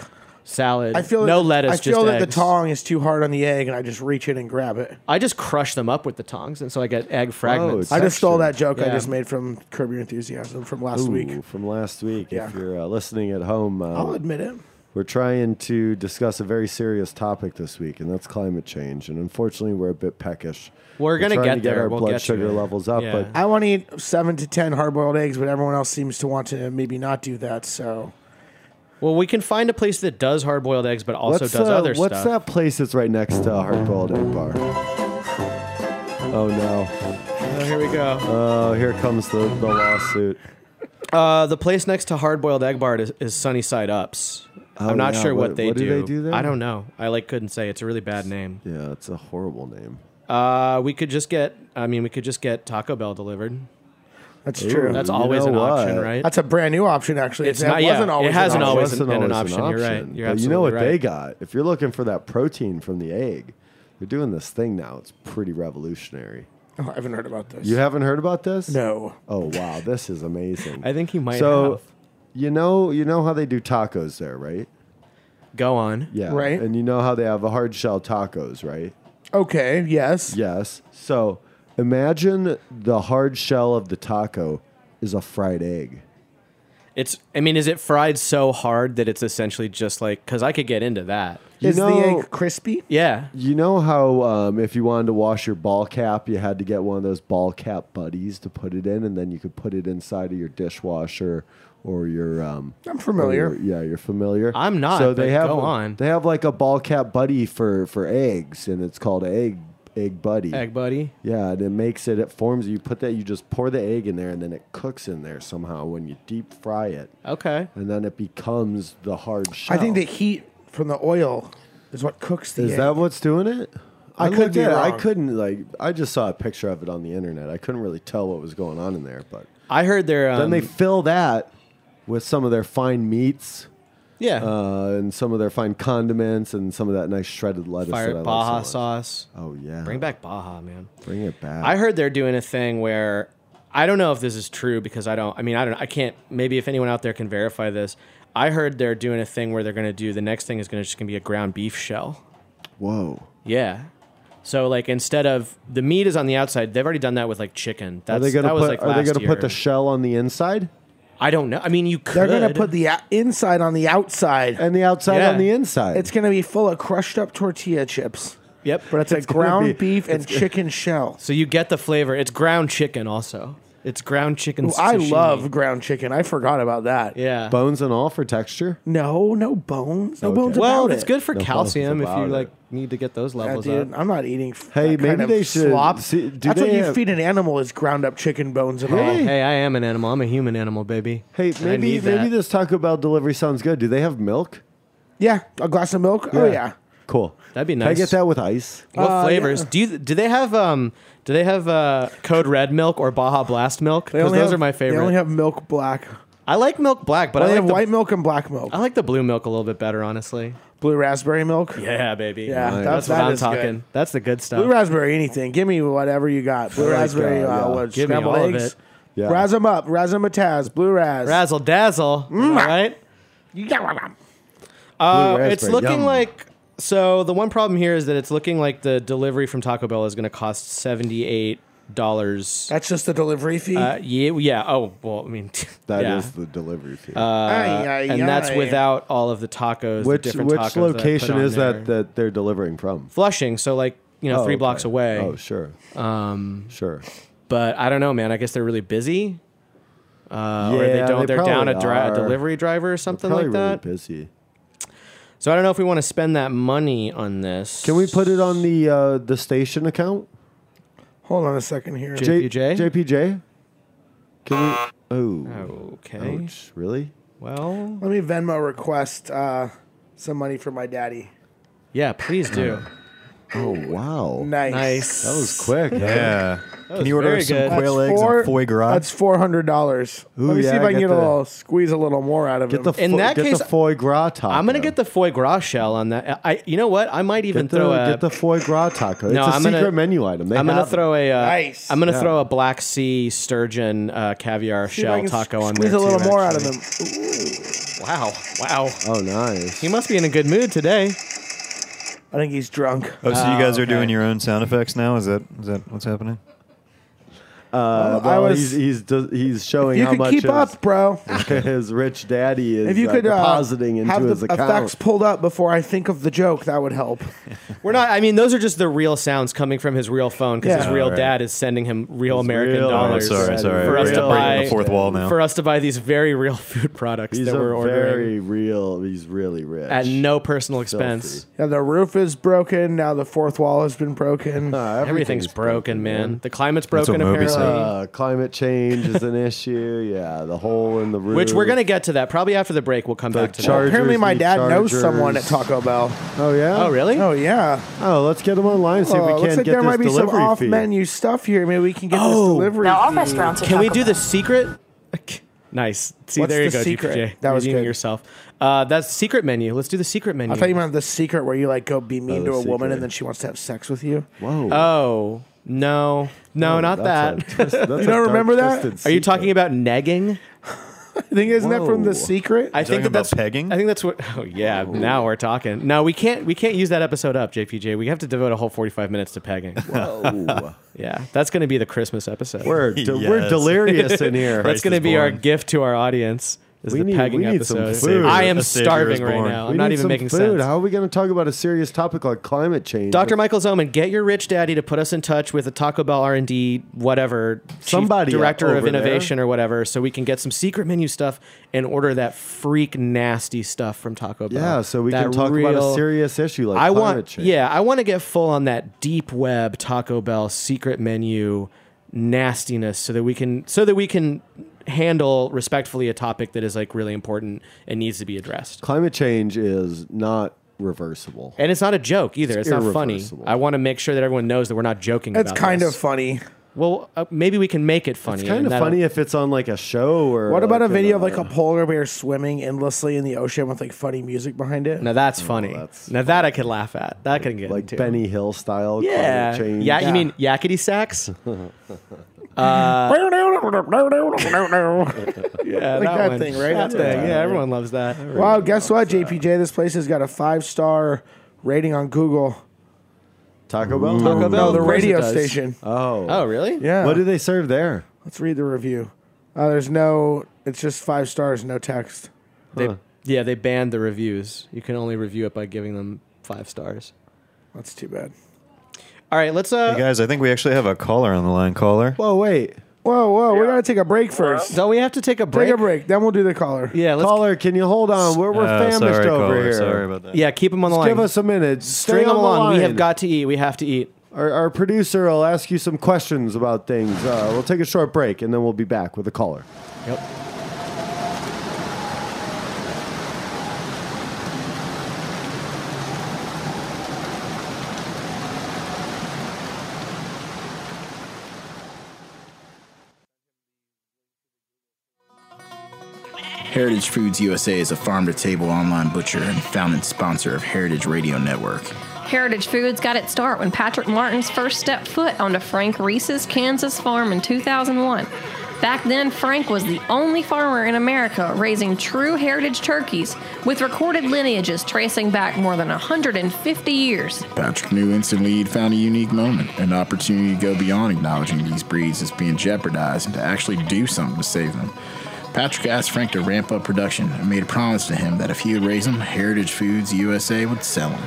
Speaker 4: salad.
Speaker 6: I feel
Speaker 4: no
Speaker 6: that,
Speaker 4: lettuce.
Speaker 6: I feel
Speaker 4: just
Speaker 6: that the
Speaker 4: eggs.
Speaker 6: tong is too hard on the egg, and I just reach in and grab it.
Speaker 4: I just crush them up with the tongs, and so I get egg fragments.
Speaker 3: Oh, it's-
Speaker 6: I just stole that joke I
Speaker 4: Yeah.
Speaker 6: just made from Curb Your Enthusiasm from last
Speaker 3: Ooh,
Speaker 6: week.
Speaker 3: from last week.
Speaker 6: Yeah.
Speaker 3: If you're uh, listening at home, uh,
Speaker 6: I'll admit it.
Speaker 3: We're trying to discuss a very serious topic this week, and that's climate change. And unfortunately, we're a bit peckish.
Speaker 4: We're gonna
Speaker 3: trying
Speaker 4: get
Speaker 3: to get
Speaker 4: there.
Speaker 3: our
Speaker 4: We'll
Speaker 3: blood
Speaker 4: get to
Speaker 3: sugar
Speaker 4: it.
Speaker 3: levels up,
Speaker 4: Yeah.
Speaker 3: but
Speaker 6: I want to eat seven to ten hard-boiled eggs, but everyone else seems to want to maybe not do that. So
Speaker 4: well, we can find a place that does hard boiled eggs, but also
Speaker 3: what's,
Speaker 4: does
Speaker 3: uh,
Speaker 4: other
Speaker 3: what's
Speaker 4: stuff.
Speaker 3: that place that's right next to Hard Boiled Egg Bar? Oh no!
Speaker 4: Oh, here we go.
Speaker 3: Oh, here comes the, the lawsuit.
Speaker 4: Uh, the place next to hard boiled egg bar is, is Sunny Side Ups.
Speaker 3: Oh,
Speaker 4: I'm not
Speaker 3: yeah.
Speaker 4: sure what,
Speaker 3: What-
Speaker 4: they
Speaker 3: what do
Speaker 4: do.
Speaker 3: they do there?
Speaker 4: I don't know. I like couldn't say. It's a really bad name.
Speaker 3: Yeah, it's a horrible name.
Speaker 4: Uh, we could just get. I mean, we could just get Taco Bell delivered.
Speaker 6: that's true.
Speaker 4: That's
Speaker 3: You
Speaker 4: always
Speaker 3: know
Speaker 4: an option,
Speaker 3: what?
Speaker 4: right?
Speaker 6: That's a brand new option, actually.
Speaker 4: It's
Speaker 6: That
Speaker 4: not- yeah,
Speaker 6: wasn't
Speaker 4: it
Speaker 6: always an
Speaker 4: hasn't
Speaker 6: option.
Speaker 4: always
Speaker 3: Wasn't
Speaker 4: been an
Speaker 3: always
Speaker 4: option. You're right. You're
Speaker 3: but you know
Speaker 4: absolutely
Speaker 3: what they
Speaker 4: right.
Speaker 3: got? If you're looking for that protein from the egg, they're doing this thing now. It's pretty revolutionary.
Speaker 6: Oh, I haven't heard about this.
Speaker 3: You haven't heard about this?
Speaker 6: No.
Speaker 3: Oh wow, this is amazing.
Speaker 4: I think he might
Speaker 3: so,
Speaker 4: have.
Speaker 3: you know, you know how they do tacos there, right?
Speaker 4: Go on.
Speaker 3: Yeah.
Speaker 6: Right.
Speaker 3: And you know how they have a hard shell tacos, right?
Speaker 6: Okay. Yes.
Speaker 3: Yes. So, imagine the hard shell of the taco is a fried egg.
Speaker 4: It's. I mean, is it fried so hard that it's essentially just like? Because I could get into that.
Speaker 3: You
Speaker 6: Is
Speaker 3: know-
Speaker 6: the egg crispy?
Speaker 4: Yeah.
Speaker 3: You know how um, if you wanted to wash your ball cap, you had to get one of those ball cap buddies to put it in, and then you could put it inside of your dishwasher or your. Um,
Speaker 6: I'm familiar.
Speaker 3: or your- yeah, you're familiar.
Speaker 4: I'm not,
Speaker 3: So they
Speaker 4: but
Speaker 3: have
Speaker 4: go on.
Speaker 3: they have like a ball cap buddy for for eggs, and it's called egg egg buddy.
Speaker 4: Egg buddy.
Speaker 3: Yeah, and it makes it. It forms. You put that. You just pour the egg in there, and then it cooks in there somehow when you deep fry it,
Speaker 4: Okay.
Speaker 3: and then it becomes the hard shell.
Speaker 6: I think the heat from the oil is what cooks the
Speaker 3: Is
Speaker 6: egg.
Speaker 3: that what's doing it? I,
Speaker 6: could
Speaker 3: looked
Speaker 6: be
Speaker 3: at it, I
Speaker 6: wrong.
Speaker 3: couldn't like. I just saw a picture of it on the internet. I couldn't really tell what was going on in there, but
Speaker 4: I heard they're. Um,
Speaker 3: then they fill that with some of their fine meats
Speaker 4: yeah.
Speaker 3: uh, and some of their fine condiments and some of that nice shredded lettuce.
Speaker 4: Fire
Speaker 3: that I
Speaker 4: Baja
Speaker 3: like so much.
Speaker 4: sauce.
Speaker 3: Oh yeah,
Speaker 4: Bring back Baja, man.
Speaker 3: bring it back.
Speaker 4: I heard they're doing a thing where I don't know if this is true because I don't. I mean, I don't. I can't. Maybe if anyone out there can verify this, I heard they're doing a thing where they're going to do the next thing is going to just going to be a ground beef shell.
Speaker 3: Whoa.
Speaker 4: Yeah. So like instead of the meat is on the outside, they've already done that with like chicken. That's,
Speaker 3: Are they gonna
Speaker 4: that was
Speaker 3: put
Speaker 4: like
Speaker 3: are they
Speaker 4: last
Speaker 3: gonna put
Speaker 4: year.
Speaker 3: the shell on the inside?
Speaker 4: I don't know. I mean, you could.
Speaker 6: They're gonna put the out- inside on the outside.
Speaker 3: And the outside
Speaker 4: Yeah.
Speaker 3: on the inside.
Speaker 6: It's gonna be full of crushed up tortilla chips.
Speaker 4: Yep.
Speaker 6: But it's, a
Speaker 3: gonna
Speaker 6: ground
Speaker 3: be-
Speaker 6: beef and chicken shell.
Speaker 4: so you get the flavor. It's ground chicken also. It's ground chicken.
Speaker 6: Ooh, I
Speaker 4: sashimi.
Speaker 6: love ground chicken. I forgot about that.
Speaker 4: Yeah.
Speaker 3: bones and all for texture.
Speaker 6: No, no bones. No
Speaker 3: Okay.
Speaker 6: bones.
Speaker 4: well,
Speaker 6: about
Speaker 4: it's
Speaker 6: it.
Speaker 4: good for
Speaker 3: No
Speaker 4: calcium if
Speaker 3: problems
Speaker 4: you
Speaker 3: about
Speaker 4: like
Speaker 3: it.
Speaker 4: need to get those
Speaker 6: Yeah,
Speaker 4: levels
Speaker 6: dude,
Speaker 4: up.
Speaker 6: I'm not eating. f-
Speaker 3: Hey,
Speaker 6: that
Speaker 3: maybe
Speaker 6: kind of
Speaker 3: they should-
Speaker 6: slop.
Speaker 3: see, do
Speaker 6: That's what
Speaker 3: they
Speaker 6: you
Speaker 3: have-
Speaker 6: feed an animal is ground up chicken bones and all.
Speaker 4: Hey, I am an animal. I'm a human animal, baby.
Speaker 3: Hey,
Speaker 4: And I
Speaker 3: maybe
Speaker 4: need
Speaker 3: maybe
Speaker 4: that.
Speaker 3: this Taco Bell delivery sounds good. Do they have milk?
Speaker 6: Yeah, a glass of milk. Oh yeah.
Speaker 3: Cool.
Speaker 4: That'd be
Speaker 3: Can I
Speaker 4: nice.
Speaker 3: get that with ice?
Speaker 6: Uh,
Speaker 4: What flavors do you do? They have um do they have uh Code Red milk or Baja Blast milk? Because
Speaker 6: only
Speaker 4: those are
Speaker 6: have-
Speaker 4: my
Speaker 6: They only
Speaker 4: favorite.
Speaker 6: have milk black.
Speaker 4: I like milk black, but
Speaker 6: Well,
Speaker 4: I
Speaker 6: they
Speaker 4: like
Speaker 6: have
Speaker 4: the,
Speaker 6: white milk and black milk.
Speaker 4: I like the blue milk a little bit better, honestly.
Speaker 6: Blue raspberry milk.
Speaker 4: Yeah, baby.
Speaker 6: Yeah, Nice.
Speaker 4: that's,
Speaker 6: that- that
Speaker 4: what I'm
Speaker 6: is good.
Speaker 4: talking. That's the good stuff.
Speaker 6: Blue raspberry, anything. Give me whatever you got. Blue raspberry,
Speaker 3: God,
Speaker 6: uh,
Speaker 3: yeah.
Speaker 6: what,
Speaker 4: Give me
Speaker 6: scrambled
Speaker 4: all of
Speaker 6: eggs.
Speaker 4: it.
Speaker 3: Yeah.
Speaker 6: Razz 'em up. Razz 'em a Taz. Blue Raz.
Speaker 4: Razzle dazzle. All right.
Speaker 3: Blue
Speaker 4: Uh, it's
Speaker 3: raspberry,
Speaker 4: looking
Speaker 3: yum.
Speaker 4: like so. The one problem here is that it's looking like the delivery from Taco Bell is going to cost seventy eight dollars.
Speaker 6: That's just the delivery fee.
Speaker 4: Uh, yeah, yeah. Oh, well, I mean,
Speaker 3: That is
Speaker 4: yeah. Uh,
Speaker 3: the delivery fee.
Speaker 6: Ay, ay,
Speaker 4: and that's
Speaker 6: ay.
Speaker 4: without all of the tacos.
Speaker 3: which
Speaker 4: the
Speaker 3: which
Speaker 4: different tacos that I put
Speaker 3: location
Speaker 4: on
Speaker 3: is
Speaker 4: there.
Speaker 3: that that they're delivering from?
Speaker 4: Flushing, so like you know,
Speaker 3: Three
Speaker 4: three blocks away.
Speaker 3: Oh sure. Um sure.
Speaker 4: But I don't know, man. I guess they're really busy, uh, or they
Speaker 3: Yeah,
Speaker 4: don't.
Speaker 3: they
Speaker 4: are down a,
Speaker 3: probably
Speaker 4: dri- a
Speaker 3: are.
Speaker 4: delivery driver or something
Speaker 3: Probably
Speaker 4: like
Speaker 3: really
Speaker 4: that.
Speaker 3: busy.
Speaker 4: so I don't know if we want to spend that money on this.
Speaker 3: Can we put it on the uh, the station account?
Speaker 6: Hold on a second here.
Speaker 4: JPJ?
Speaker 3: JPJ? Can we Oh.
Speaker 4: Okay.
Speaker 3: Ouch, really?
Speaker 4: Well,
Speaker 6: Let me Venmo request uh, some money for my daddy.
Speaker 4: yeah. Please do.
Speaker 3: Oh wow.
Speaker 6: Nice.
Speaker 4: nice.
Speaker 3: That was quick.
Speaker 5: Yeah. Can you order
Speaker 4: very
Speaker 5: some
Speaker 4: good.
Speaker 5: quail
Speaker 6: That's
Speaker 5: Oh. eggs
Speaker 6: four-
Speaker 5: and foie gras?
Speaker 6: That's four hundred dollars.
Speaker 3: Ooh,
Speaker 6: Let me see
Speaker 3: yeah,
Speaker 6: if I
Speaker 3: get
Speaker 6: can get, a
Speaker 3: the-
Speaker 6: little squeeze a little more out of
Speaker 3: Get
Speaker 6: it.
Speaker 3: the
Speaker 4: In
Speaker 3: fo-
Speaker 4: that
Speaker 3: get
Speaker 4: case,
Speaker 3: the foie gras taco.
Speaker 4: I'm gonna get the foie gras shell on that. I, you know what? I might even
Speaker 3: Get the,
Speaker 4: throw a.
Speaker 3: get the foie gras taco.
Speaker 4: No,
Speaker 3: it's a
Speaker 4: I'm gonna-
Speaker 3: secret menu item. They
Speaker 4: I'm gonna
Speaker 3: have it.
Speaker 4: throw a. Uh,
Speaker 6: Nice.
Speaker 4: I'm gonna throw a black sea sturgeon uh, caviar shell taco on
Speaker 6: Squeeze
Speaker 4: there
Speaker 6: a little
Speaker 4: too,
Speaker 6: more out
Speaker 4: actually.
Speaker 6: of him.
Speaker 4: Wow! Wow!
Speaker 3: Oh, nice.
Speaker 4: He must be in a good mood today.
Speaker 6: I think he's drunk.
Speaker 5: oh, so you guys are
Speaker 4: Ah, okay.
Speaker 5: doing your own sound effects now? Is that is that what's happening?
Speaker 3: Uh,
Speaker 6: I
Speaker 3: well,
Speaker 6: was-
Speaker 3: he's he's, do- he's showing
Speaker 6: you
Speaker 3: how
Speaker 6: could
Speaker 3: much
Speaker 6: keep
Speaker 3: his,
Speaker 6: up, bro.
Speaker 3: his rich daddy is
Speaker 6: If you
Speaker 3: uh,
Speaker 6: could uh,
Speaker 3: depositing into
Speaker 6: have
Speaker 3: his
Speaker 6: the
Speaker 3: account.
Speaker 6: effects pulled up before I think of the joke, that would help.
Speaker 4: We're not. I mean, those are just the real sounds coming from his real phone because
Speaker 6: Yeah.
Speaker 4: his real
Speaker 5: Alright.
Speaker 4: dad is sending him real American
Speaker 3: real-
Speaker 5: Oh,
Speaker 4: dollars
Speaker 5: sorry, sorry.
Speaker 4: for us to
Speaker 5: Breaking
Speaker 4: buy
Speaker 5: the fourth wall now.
Speaker 4: for us to buy these very real food products
Speaker 3: He's
Speaker 4: that
Speaker 3: a
Speaker 4: we're ordering
Speaker 3: very real. He's really rich.
Speaker 4: at no personal expense.
Speaker 6: Now the roof is broken. Now the fourth wall has been broken.
Speaker 3: Uh,
Speaker 4: Everything's broken, man. The climate's
Speaker 5: That's
Speaker 4: broken
Speaker 5: what Moby
Speaker 4: apparently.
Speaker 5: said.
Speaker 3: Uh, climate change is an issue. Yeah, the hole in the roof.
Speaker 4: which we're gonna get to that probably after the break. We'll come back to
Speaker 3: char-
Speaker 4: that.
Speaker 6: Apparently,
Speaker 3: Chargers
Speaker 6: my
Speaker 3: need
Speaker 6: dad knows someone at
Speaker 3: Chargers.
Speaker 6: Taco Bell.
Speaker 3: Oh yeah.
Speaker 4: Oh, really?
Speaker 6: Oh yeah.
Speaker 3: Oh, let's get them online. See
Speaker 6: Oh,
Speaker 3: if we
Speaker 6: looks
Speaker 3: can
Speaker 6: like
Speaker 3: get
Speaker 6: there
Speaker 3: this
Speaker 6: might be some
Speaker 3: delivery
Speaker 6: off
Speaker 3: fee.
Speaker 6: menu stuff here. Maybe we can get
Speaker 4: Oh.
Speaker 6: this delivery.
Speaker 7: Now all
Speaker 6: fee.
Speaker 7: restaurants. Are
Speaker 4: Can we
Speaker 7: Taco
Speaker 4: do the
Speaker 7: Bell.
Speaker 4: secret? Nice. See,
Speaker 6: What's
Speaker 4: there you
Speaker 6: the
Speaker 4: go,
Speaker 6: secret?
Speaker 4: GPJ.
Speaker 6: That was
Speaker 4: Redeeming
Speaker 6: good.
Speaker 4: yourself. Uh, that's the secret menu. Let's do the secret menu.
Speaker 6: I thought you meant the secret where you like go be mean
Speaker 3: Oh,
Speaker 6: to
Speaker 3: The
Speaker 6: a woman
Speaker 3: Secret.
Speaker 6: and then she wants to have sex with you.
Speaker 3: Whoa.
Speaker 4: oh no, no,
Speaker 3: Oh,
Speaker 4: not
Speaker 3: that's a
Speaker 4: that.
Speaker 3: twist- that's
Speaker 6: You
Speaker 3: a
Speaker 6: don't
Speaker 3: dark,
Speaker 6: remember that?
Speaker 3: twisted
Speaker 4: Are you
Speaker 3: secret.
Speaker 4: talking about negging?
Speaker 6: I think isn't that from
Speaker 3: Whoa.
Speaker 6: the secret?
Speaker 4: I think
Speaker 5: talking
Speaker 4: that
Speaker 5: about
Speaker 4: that's
Speaker 5: pegging?
Speaker 4: I think that's what. Oh yeah, now we're talking. No, we can't. We can't use that episode up, JPJ. We have to devote a whole forty-five minutes to pegging.
Speaker 3: Oh,
Speaker 4: yeah, that's going to be the Christmas episode.
Speaker 3: we're de- we're
Speaker 5: Yes.
Speaker 3: delirious in here.
Speaker 4: that's
Speaker 5: Christ
Speaker 4: going to
Speaker 5: is
Speaker 4: be our
Speaker 5: born.
Speaker 4: gift to our audience. Is
Speaker 3: We
Speaker 4: the
Speaker 3: need-
Speaker 4: pegging
Speaker 3: we need some
Speaker 4: episode?
Speaker 3: food.
Speaker 4: I am
Speaker 5: A savior is
Speaker 4: starving right
Speaker 5: born.
Speaker 4: now.
Speaker 3: We
Speaker 4: I'm not
Speaker 3: need
Speaker 4: even
Speaker 3: some
Speaker 4: making
Speaker 3: food.
Speaker 4: sense.
Speaker 3: How are we going to talk about a serious topic like climate change?
Speaker 4: Dr. Michael Zoman, get your rich daddy to put us in touch with a Taco Bell R and D, whatever chief
Speaker 3: Somebody
Speaker 4: director of
Speaker 3: over there.
Speaker 4: innovation or whatever, so we can get some secret menu stuff and order that freak nasty stuff from Taco Bell.
Speaker 3: Yeah, so we
Speaker 4: That
Speaker 3: can talk about
Speaker 4: real-
Speaker 3: a serious issue like
Speaker 4: I
Speaker 3: climate
Speaker 4: want,
Speaker 3: change.
Speaker 4: yeah, I want to get full on that deep web Taco Bell secret menu nastiness, so that we can, so that we can handle respectfully a topic that is like really important and needs to be addressed.
Speaker 3: Climate change is not reversible.
Speaker 4: And it's not a joke either. It's,
Speaker 3: It's
Speaker 4: not funny.
Speaker 3: irreversible.
Speaker 4: I want to make sure that everyone knows that we're not joking.
Speaker 6: That's
Speaker 4: about
Speaker 6: kind
Speaker 4: this.
Speaker 6: of funny.
Speaker 4: Well, uh, maybe we can make it funny.
Speaker 3: It's kind of funny if it's on like a show or.
Speaker 6: What about a
Speaker 3: like
Speaker 6: video of like a polar bear swimming endlessly in the ocean with like funny music behind it?
Speaker 4: Now that's funny.
Speaker 3: Oh, that's
Speaker 4: now that I could laugh at. That can get
Speaker 3: like
Speaker 4: into.
Speaker 3: Benny Hill style
Speaker 4: Yeah.
Speaker 3: climate change?
Speaker 4: yeah. You mean yakety sax? Yeah,
Speaker 6: Like that
Speaker 4: one.
Speaker 6: thing, right?
Speaker 4: That
Speaker 6: That's what I'm
Speaker 4: thing. Yeah, everyone loves that.
Speaker 6: wow, guess what, JPJ? This place has got a five star rating on Google.
Speaker 3: Taco Bell.
Speaker 4: Taco Bell?
Speaker 6: No, the
Speaker 4: of course it
Speaker 6: radio
Speaker 4: does.
Speaker 6: station.
Speaker 3: Oh,
Speaker 4: Oh, really?
Speaker 6: yeah.
Speaker 3: What do they serve there?
Speaker 6: Let's read the review. Uh, there's no, it's just five stars, no text.
Speaker 4: They, Yeah, they banned the reviews. You can only review it by giving them five stars.
Speaker 6: That's too bad.
Speaker 4: All right, let's. Uh,
Speaker 5: Hey guys, I think we actually have a caller on the line. Caller.
Speaker 3: Whoa, wait,
Speaker 6: Whoa, whoa, we gotta take a break first.
Speaker 4: Don't we have to take a break?
Speaker 6: Take a break, then we'll do the caller.
Speaker 4: Yeah, let's.
Speaker 3: caller, can you hold on? We're we're
Speaker 5: Uh,
Speaker 3: famished
Speaker 5: sorry,
Speaker 3: over
Speaker 5: caller.
Speaker 3: here.
Speaker 5: Sorry about that.
Speaker 4: Yeah, keep them on the line.
Speaker 3: Give us a minute. Stay
Speaker 4: String
Speaker 3: on the
Speaker 4: them along. We
Speaker 3: line.
Speaker 4: have got to eat. We have to eat.
Speaker 3: Our, our producer will ask you some questions about things. Uh, we'll take a short break and then we'll be back with a caller.
Speaker 4: Yep.
Speaker 7: Heritage Foods USA is a farm to table online butcher and founding sponsor of Heritage Radio Network.
Speaker 8: Heritage Foods got its start when Patrick Martin's first stepped foot onto Frank Reese's Kansas farm in 2001. Back then, Frank was the only farmer in America raising true heritage turkeys with recorded lineages tracing back more than 150 years.
Speaker 7: Patrick knew instantly he'd found a unique moment, an opportunity to go beyond acknowledging these breeds as being jeopardized and to actually do something to save them. Patrick asked Frank to ramp up production and made a promise to him that if he would raise them, Heritage Foods USA would sell them.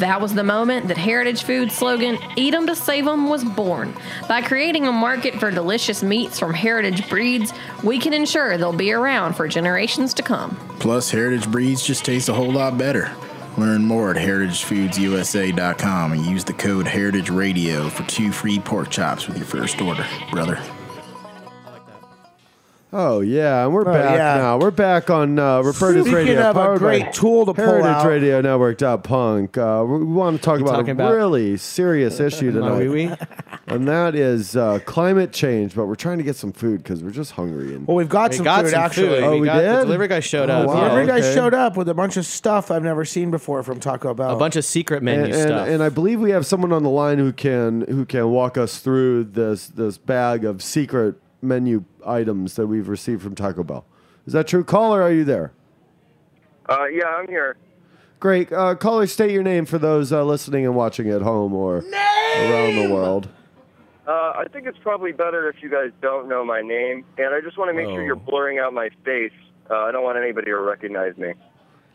Speaker 8: That was the moment that Heritage Foods slogan "Eat 'em to save 'em" was born. By creating a market for delicious meats from heritage breeds, we can ensure they'll be around for generations to come.
Speaker 7: Plus, Heritage breeds just taste a whole lot better. Learn more at heritagefoodsusa.com and use the code Heritage Radio for two free pork chops with your first order, brother.
Speaker 3: Oh yeah, and we're back
Speaker 6: yeah.
Speaker 3: now. We're back on uh, Roberta's
Speaker 6: Speaking
Speaker 3: Radio,
Speaker 6: of a
Speaker 3: powered by
Speaker 6: great tool to pull
Speaker 3: Heritage
Speaker 6: out.
Speaker 3: Radio Network. Punk. Uh, we want to talk about a
Speaker 4: talking about-
Speaker 3: really serious issue
Speaker 4: Are we?
Speaker 3: tonight,
Speaker 4: we?
Speaker 3: and that is uh, climate change. But we're trying to get some food because we're just hungry. And
Speaker 6: Well, we've got
Speaker 4: We
Speaker 6: some
Speaker 4: got
Speaker 6: food
Speaker 4: some
Speaker 6: actually.
Speaker 4: food.
Speaker 3: Oh,
Speaker 4: we
Speaker 3: we
Speaker 4: got
Speaker 3: did?
Speaker 4: The delivery guy showed
Speaker 3: Oh,
Speaker 4: up.
Speaker 3: wow.
Speaker 4: yeah.
Speaker 6: Every guy
Speaker 3: okay.
Speaker 6: showed up with a bunch of stuff I've never seen before from Taco Bell.
Speaker 4: A bunch of secret menu
Speaker 3: and, and,
Speaker 4: stuff.
Speaker 3: and I believe we have someone on the line who can who can walk us through this this bag of secret menu items that we've received from Taco Bell. Is that true, caller? Are you there?
Speaker 9: Uh, yeah, I'm here.
Speaker 3: Great, uh, caller. State your name for those uh, listening and watching at home or around the world.
Speaker 9: Uh, I think it's probably better if you guys don't know my name, and I just want to make
Speaker 4: Oh.
Speaker 9: sure you're blurring out my face. Uh, I don't want anybody to recognize me.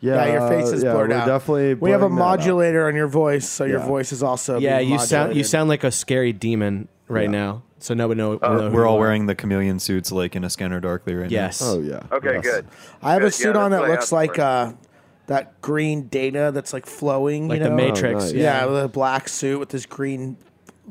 Speaker 6: yeah, your face is
Speaker 3: uh, yeah,
Speaker 6: blurred
Speaker 3: we're
Speaker 6: out.
Speaker 3: Definitely,
Speaker 6: we have a
Speaker 3: blurring that out.
Speaker 6: modulator on your voice, so your
Speaker 3: Yeah.
Speaker 6: voice is also
Speaker 4: yeah,
Speaker 6: being
Speaker 4: you sound you
Speaker 6: modulated.
Speaker 4: sound like a scary demon right now. So no one know.
Speaker 3: Uh,
Speaker 4: know who
Speaker 5: We're all
Speaker 4: you are.
Speaker 5: wearing the chameleon suits, like in a Scanner Darkly, right
Speaker 4: Yes.
Speaker 3: Oh yeah.
Speaker 9: Okay,
Speaker 5: Yes.
Speaker 9: good.
Speaker 6: I have a
Speaker 9: Good, yeah,
Speaker 6: suit on
Speaker 9: that's
Speaker 6: that
Speaker 9: what I
Speaker 6: looks
Speaker 9: asked
Speaker 6: like
Speaker 9: for.
Speaker 6: uh, that green data that's like flowing,
Speaker 4: like
Speaker 6: you know?
Speaker 4: the Matrix.
Speaker 3: Oh, nice.
Speaker 6: Yeah,
Speaker 4: Yeah.
Speaker 6: with a black suit with this green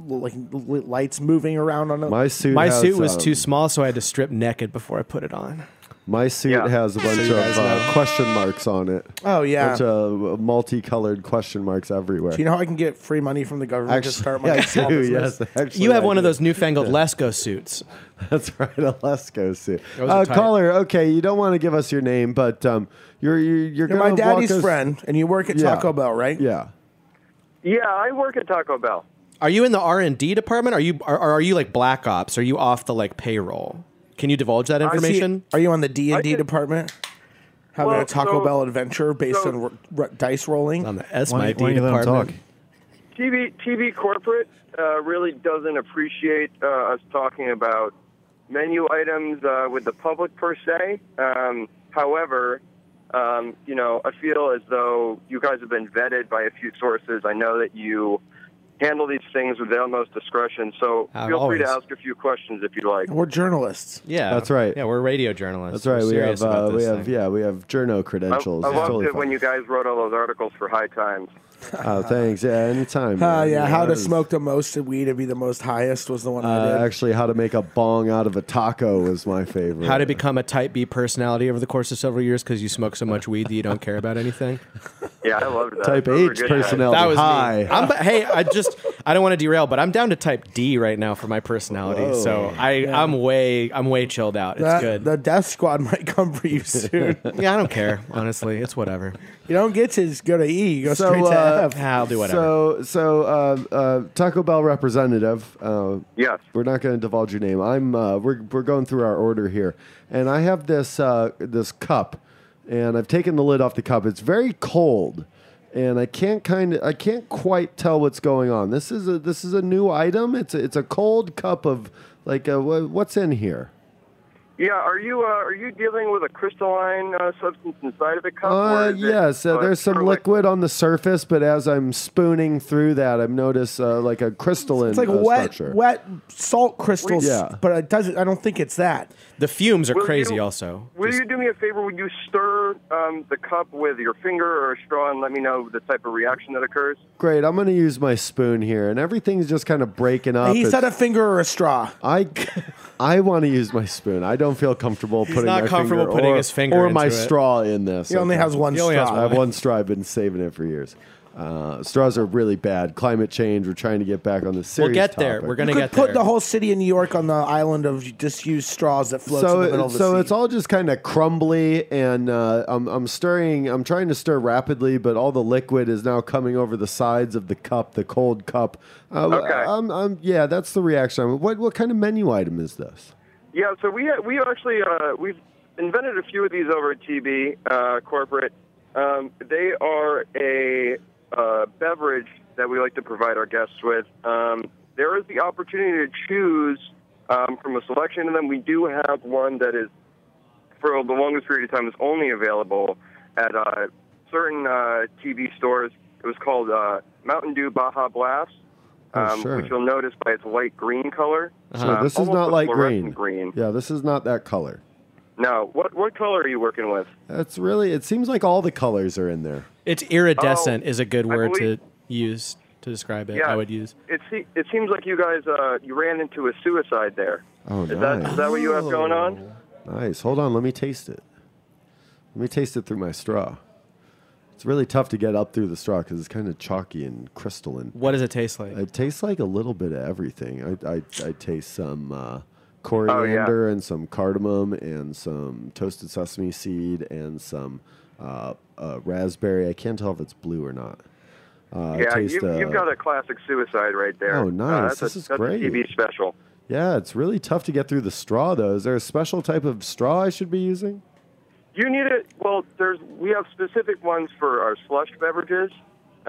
Speaker 6: like li- lights moving around on it.
Speaker 3: My suit.
Speaker 4: My
Speaker 3: has,
Speaker 4: suit was
Speaker 3: um,
Speaker 4: too small, so I had to strip naked before I put it on.
Speaker 3: My suit
Speaker 9: Yeah.
Speaker 3: has a bunch of uh, question marks on it.
Speaker 6: oh yeah.
Speaker 3: Bunch of uh, multicolored question marks everywhere.
Speaker 6: Do you know how I can get free money from the government to start my
Speaker 3: yeah,
Speaker 6: own
Speaker 3: I
Speaker 6: small
Speaker 3: do,
Speaker 6: business?
Speaker 3: yes, actually,
Speaker 4: You have
Speaker 3: I
Speaker 4: one of
Speaker 3: do.
Speaker 4: those newfangled Lesco suits.
Speaker 3: That's right, a Lesko suit.
Speaker 4: Those
Speaker 3: Uh,
Speaker 4: are tight.
Speaker 3: caller, okay, you don't want to give us your name, but um, you're you're, you're,
Speaker 6: You're
Speaker 3: gonna
Speaker 6: my daddy's
Speaker 3: walk us-
Speaker 6: friend, and you work at
Speaker 3: Yeah.
Speaker 6: Taco Bell, right?
Speaker 3: Yeah,
Speaker 9: Yeah, I work at Taco Bell.
Speaker 4: Are you in the R and D department? Are you are, are you like black ops? Are you off the like payroll? Can you divulge that
Speaker 6: Is he-
Speaker 4: information?
Speaker 6: are you on the D and D
Speaker 9: did-
Speaker 6: department? Having
Speaker 9: Well,
Speaker 6: a Taco
Speaker 9: so-
Speaker 6: Bell adventure based
Speaker 9: so-
Speaker 6: on r- r- dice rolling.
Speaker 4: On the S
Speaker 5: Why,
Speaker 4: my
Speaker 5: why don't
Speaker 4: D
Speaker 5: you let him
Speaker 4: department.
Speaker 5: talk?
Speaker 9: TV TV corporate uh, really doesn't appreciate uh, us talking about menu items uh, with the public per se. Um, however, um, you know, I feel as though you guys have been vetted by a few sources. I know that you handle these things with the utmost discretion, so
Speaker 4: Uh,
Speaker 9: feel free to
Speaker 4: always.
Speaker 9: ask a few questions if you'd like.
Speaker 6: We're journalists.
Speaker 4: Yeah,
Speaker 3: That's right.
Speaker 4: Yeah, we're radio journalists.
Speaker 3: that's right.
Speaker 4: We're
Speaker 3: We
Speaker 4: serious
Speaker 3: have uh,
Speaker 4: about
Speaker 3: we
Speaker 4: this
Speaker 3: have
Speaker 4: thing.
Speaker 3: yeah we have journo
Speaker 9: I, I
Speaker 3: credentials. It's
Speaker 9: loved
Speaker 3: totally
Speaker 9: it when
Speaker 3: fine.
Speaker 9: you guys wrote all those articles for High Times.
Speaker 3: Oh, thanks. Yeah, anytime.
Speaker 6: Uh,
Speaker 3: man.
Speaker 6: yeah, how to
Speaker 3: Yes.
Speaker 6: smoke the most weed and be the most highest was the one I
Speaker 3: Uh,
Speaker 6: did.
Speaker 3: actually, how to make a bong out of a taco was my favorite.
Speaker 4: How to become a Type B personality over the course of several years because you smoke so much weed that you don't care about anything.
Speaker 9: Yeah, I loved that.
Speaker 3: Type
Speaker 9: Those were
Speaker 3: H
Speaker 9: good guys.
Speaker 3: personality.
Speaker 4: That was
Speaker 3: Hi.
Speaker 4: me. I'm, but hey, I just I don't want to derail, but I'm down to type D right now for my personality. So I, I'm way, I'm way chilled out. It's
Speaker 6: That-
Speaker 4: good.
Speaker 6: The death squad might come for you soon.
Speaker 4: yeah, I don't care. Honestly, it's whatever.
Speaker 6: you don't get to just go to E. You go
Speaker 3: So,
Speaker 6: straight to
Speaker 3: uh,
Speaker 6: F. Ah,
Speaker 4: I'll do whatever.
Speaker 3: So, so uh, uh, Taco Bell representative. Uh,
Speaker 9: Yes.
Speaker 3: We're not going to divulge your name. I'm. Uh, we're we're going through our order here, and I have this uh, this cup, and I've taken the lid off the cup. It's very cold, and I can't kind of I can't quite tell what's going on. This is a this is a new item. It's a, it's a cold cup of like a, wha- what's in here.
Speaker 9: Yeah, are you uh, are you dealing with a crystalline uh, substance inside of the cup? or
Speaker 3: Uh,
Speaker 9: is it,
Speaker 3: yes, uh,
Speaker 9: uh,
Speaker 3: there's some
Speaker 9: acrylic?
Speaker 3: liquid on the surface, but as I'm spooning through that, I've noticed uh, like a crystalline.
Speaker 6: It's like
Speaker 3: uh,
Speaker 6: wet,
Speaker 3: structure.
Speaker 6: wet salt crystals.
Speaker 3: Yeah.
Speaker 6: But it doesn't. I don't think it's that.
Speaker 4: The fumes are
Speaker 9: Will
Speaker 4: crazy.
Speaker 9: you-
Speaker 4: also,
Speaker 9: Will
Speaker 4: Just-
Speaker 9: you do me a favor? Will you stir um, the cup with your finger or a straw and let me know the type of reaction that occurs?
Speaker 3: Great. I'm going to use my spoon here, and everything's just kind of breaking up.
Speaker 6: he
Speaker 3: It's-
Speaker 6: said a finger or a straw.
Speaker 3: I, I want to use my spoon. I don't feel comfortable putting
Speaker 4: not
Speaker 3: my
Speaker 4: comfortable
Speaker 3: finger
Speaker 4: putting
Speaker 3: or,
Speaker 4: his finger
Speaker 3: or
Speaker 4: into
Speaker 3: my
Speaker 4: it.
Speaker 3: straw in this.
Speaker 6: He only
Speaker 3: Okay.
Speaker 6: has one
Speaker 4: He only has
Speaker 6: straw.
Speaker 3: I have one straw. I've been saving it for years. Uh, straws are really bad. Climate change. We're trying to get back on the serious.
Speaker 4: we'll get there.
Speaker 3: topic.
Speaker 4: We're gonna
Speaker 6: You could
Speaker 4: get
Speaker 6: put
Speaker 4: there.
Speaker 6: the whole city of New York on the island of disused straws that floats in
Speaker 3: so
Speaker 6: the middle
Speaker 3: it,
Speaker 6: of the
Speaker 3: so
Speaker 6: sea.
Speaker 3: it's all just kind of crumbly, and uh, I'm I'm stirring. I'm trying to stir rapidly, but all the liquid is now coming over the sides of the cup, the cold cup. Uh,
Speaker 9: Okay.
Speaker 3: I'm, I'm, yeah, that's the reaction. What what kind of menu item is this?
Speaker 9: Yeah, so we we actually uh, we've invented a few of these over at TB uh, Corporate. Um, they are a uh, beverage that we like to provide our guests with. Um, there is the opportunity to choose um, from a selection of them. We do have one that is for the longest period of time is only available at uh, certain uh, TV stores. It was called uh, Mountain Dew Baja Blast,
Speaker 3: Oh,
Speaker 9: um,
Speaker 3: sure.
Speaker 9: which you'll notice by its light green color. Uh,
Speaker 3: So this is
Speaker 9: almost
Speaker 3: not
Speaker 9: a
Speaker 3: light green.
Speaker 9: fluorescent green.
Speaker 3: Yeah, this is not that color.
Speaker 9: No. What what color are you working with?
Speaker 3: That's really. It seems like all the colors are in there.
Speaker 4: it's iridescent
Speaker 9: Oh,
Speaker 4: is a good
Speaker 9: I
Speaker 4: word
Speaker 9: believe-
Speaker 4: to use to describe it.
Speaker 9: Yeah.
Speaker 4: I would use.
Speaker 9: It se- it seems like you guys uh, you ran into a suicide there.
Speaker 3: Oh,
Speaker 9: is
Speaker 3: nice.
Speaker 9: that is that what you have going
Speaker 6: Oh.
Speaker 9: on?
Speaker 3: Nice. Hold on. Let me taste it. Let me taste it through my straw. It's really tough to get up through the straw because it's kind of chalky and crystalline.
Speaker 4: What does it taste like?
Speaker 3: It tastes like a little bit of everything. I, I, I taste some uh,
Speaker 9: Oh,
Speaker 3: coriander and some cardamom and some toasted sesame seed and some uh, uh, raspberry. I can't tell if it's blue or not. Uh, I
Speaker 9: yeah,
Speaker 3: taste,
Speaker 9: you,
Speaker 3: uh,
Speaker 9: you've got a classic suicide right there.
Speaker 3: Oh, nice.
Speaker 9: Uh, that's
Speaker 3: This
Speaker 9: a,
Speaker 3: is
Speaker 9: that's
Speaker 3: great.
Speaker 9: A TV special.
Speaker 3: yeah, it's really tough to get through the straw, though. Is there a special type of straw I should be using?
Speaker 9: You need it. Well, there's we have specific ones for our slush beverages,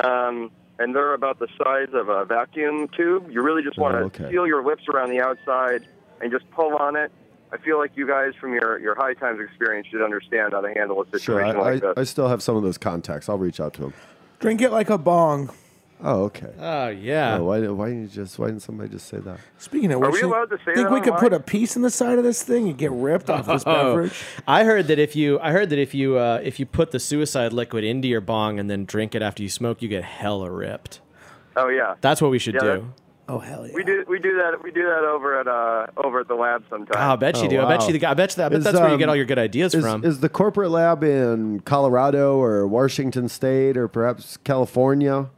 Speaker 9: um, and they're about the size of a vacuum tube. You really just want to
Speaker 3: Oh, okay.
Speaker 9: feel your lips around the outside and just pull on it. I feel like you guys from your, your high times experience should understand how to handle a
Speaker 3: Sure,
Speaker 9: situation
Speaker 3: I, I,
Speaker 9: like this.
Speaker 3: I still have some of those contacts. I'll reach out to him.
Speaker 6: Drink it like a bong.
Speaker 3: Oh, okay.
Speaker 9: Ah.
Speaker 4: Oh yeah.
Speaker 3: Oh, why, didn't- why didn't you just? Why didn't somebody just say that?
Speaker 6: Speaking of
Speaker 9: Are
Speaker 6: which,
Speaker 9: we allowed to say
Speaker 6: think
Speaker 9: that
Speaker 6: we could
Speaker 9: online?
Speaker 6: put a piece in the side of this thing and get ripped off
Speaker 4: Oh.
Speaker 6: this beverage?
Speaker 4: I heard that if you, I heard that if you, uh, if you put the suicide liquid into your bong and then drink it after you smoke, you get hella ripped.
Speaker 9: oh yeah,
Speaker 4: That's what we should
Speaker 9: Yeah, that-
Speaker 4: do.
Speaker 6: Oh hell yeah!
Speaker 9: we do we do that we do that over at uh, over at the lab sometimes.
Speaker 4: Oh, I bet you
Speaker 3: Oh,
Speaker 4: do. I bet
Speaker 3: wow.
Speaker 4: you. The, I bet you that. I bet
Speaker 3: Is,
Speaker 4: that's where you get
Speaker 3: um,
Speaker 4: all your good ideas
Speaker 3: Is,
Speaker 4: from.
Speaker 3: is the corporate lab in Colorado or Washington State or perhaps California?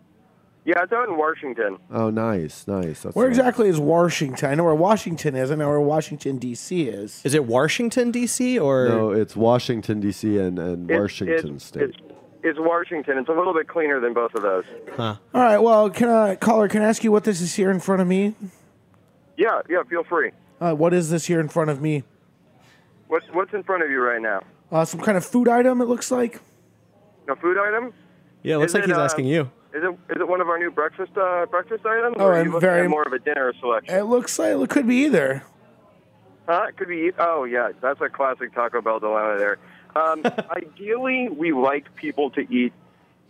Speaker 9: yeah, it's out in Washington.
Speaker 3: Oh, nice, nice. That's
Speaker 6: Where
Speaker 3: nice.
Speaker 6: exactly is Washington? I know where Washington is. I know where Washington D.C. is.
Speaker 4: Is it Washington D.C. or
Speaker 3: No, it's Washington D.C. and, and
Speaker 9: It's-
Speaker 3: Washington
Speaker 9: it's-
Speaker 3: State.
Speaker 9: It's, it's Washington. It's a little bit cleaner than both of those.
Speaker 6: All right. Well, can I caller? Can I ask you what this is here in front of me?
Speaker 9: Yeah, yeah. Feel free.
Speaker 6: Uh, what is this here in front of me?
Speaker 9: What's what's in front of you right now?
Speaker 6: Uh, some kind of food item. It looks like.
Speaker 9: A food item?
Speaker 4: Yeah, it looks
Speaker 9: Is
Speaker 4: like
Speaker 9: it,
Speaker 4: he's
Speaker 9: uh,
Speaker 4: asking you.
Speaker 9: Is it is it one of our new breakfast uh, breakfast items?
Speaker 6: Oh,
Speaker 9: or are you
Speaker 6: I'm
Speaker 9: looking at
Speaker 6: very-
Speaker 9: more of a dinner selection.
Speaker 6: It looks like it could be either.
Speaker 9: Huh? It could be. Oh, yeah. That's a classic Taco Bell dilemma there. Um, ideally, we like people to eat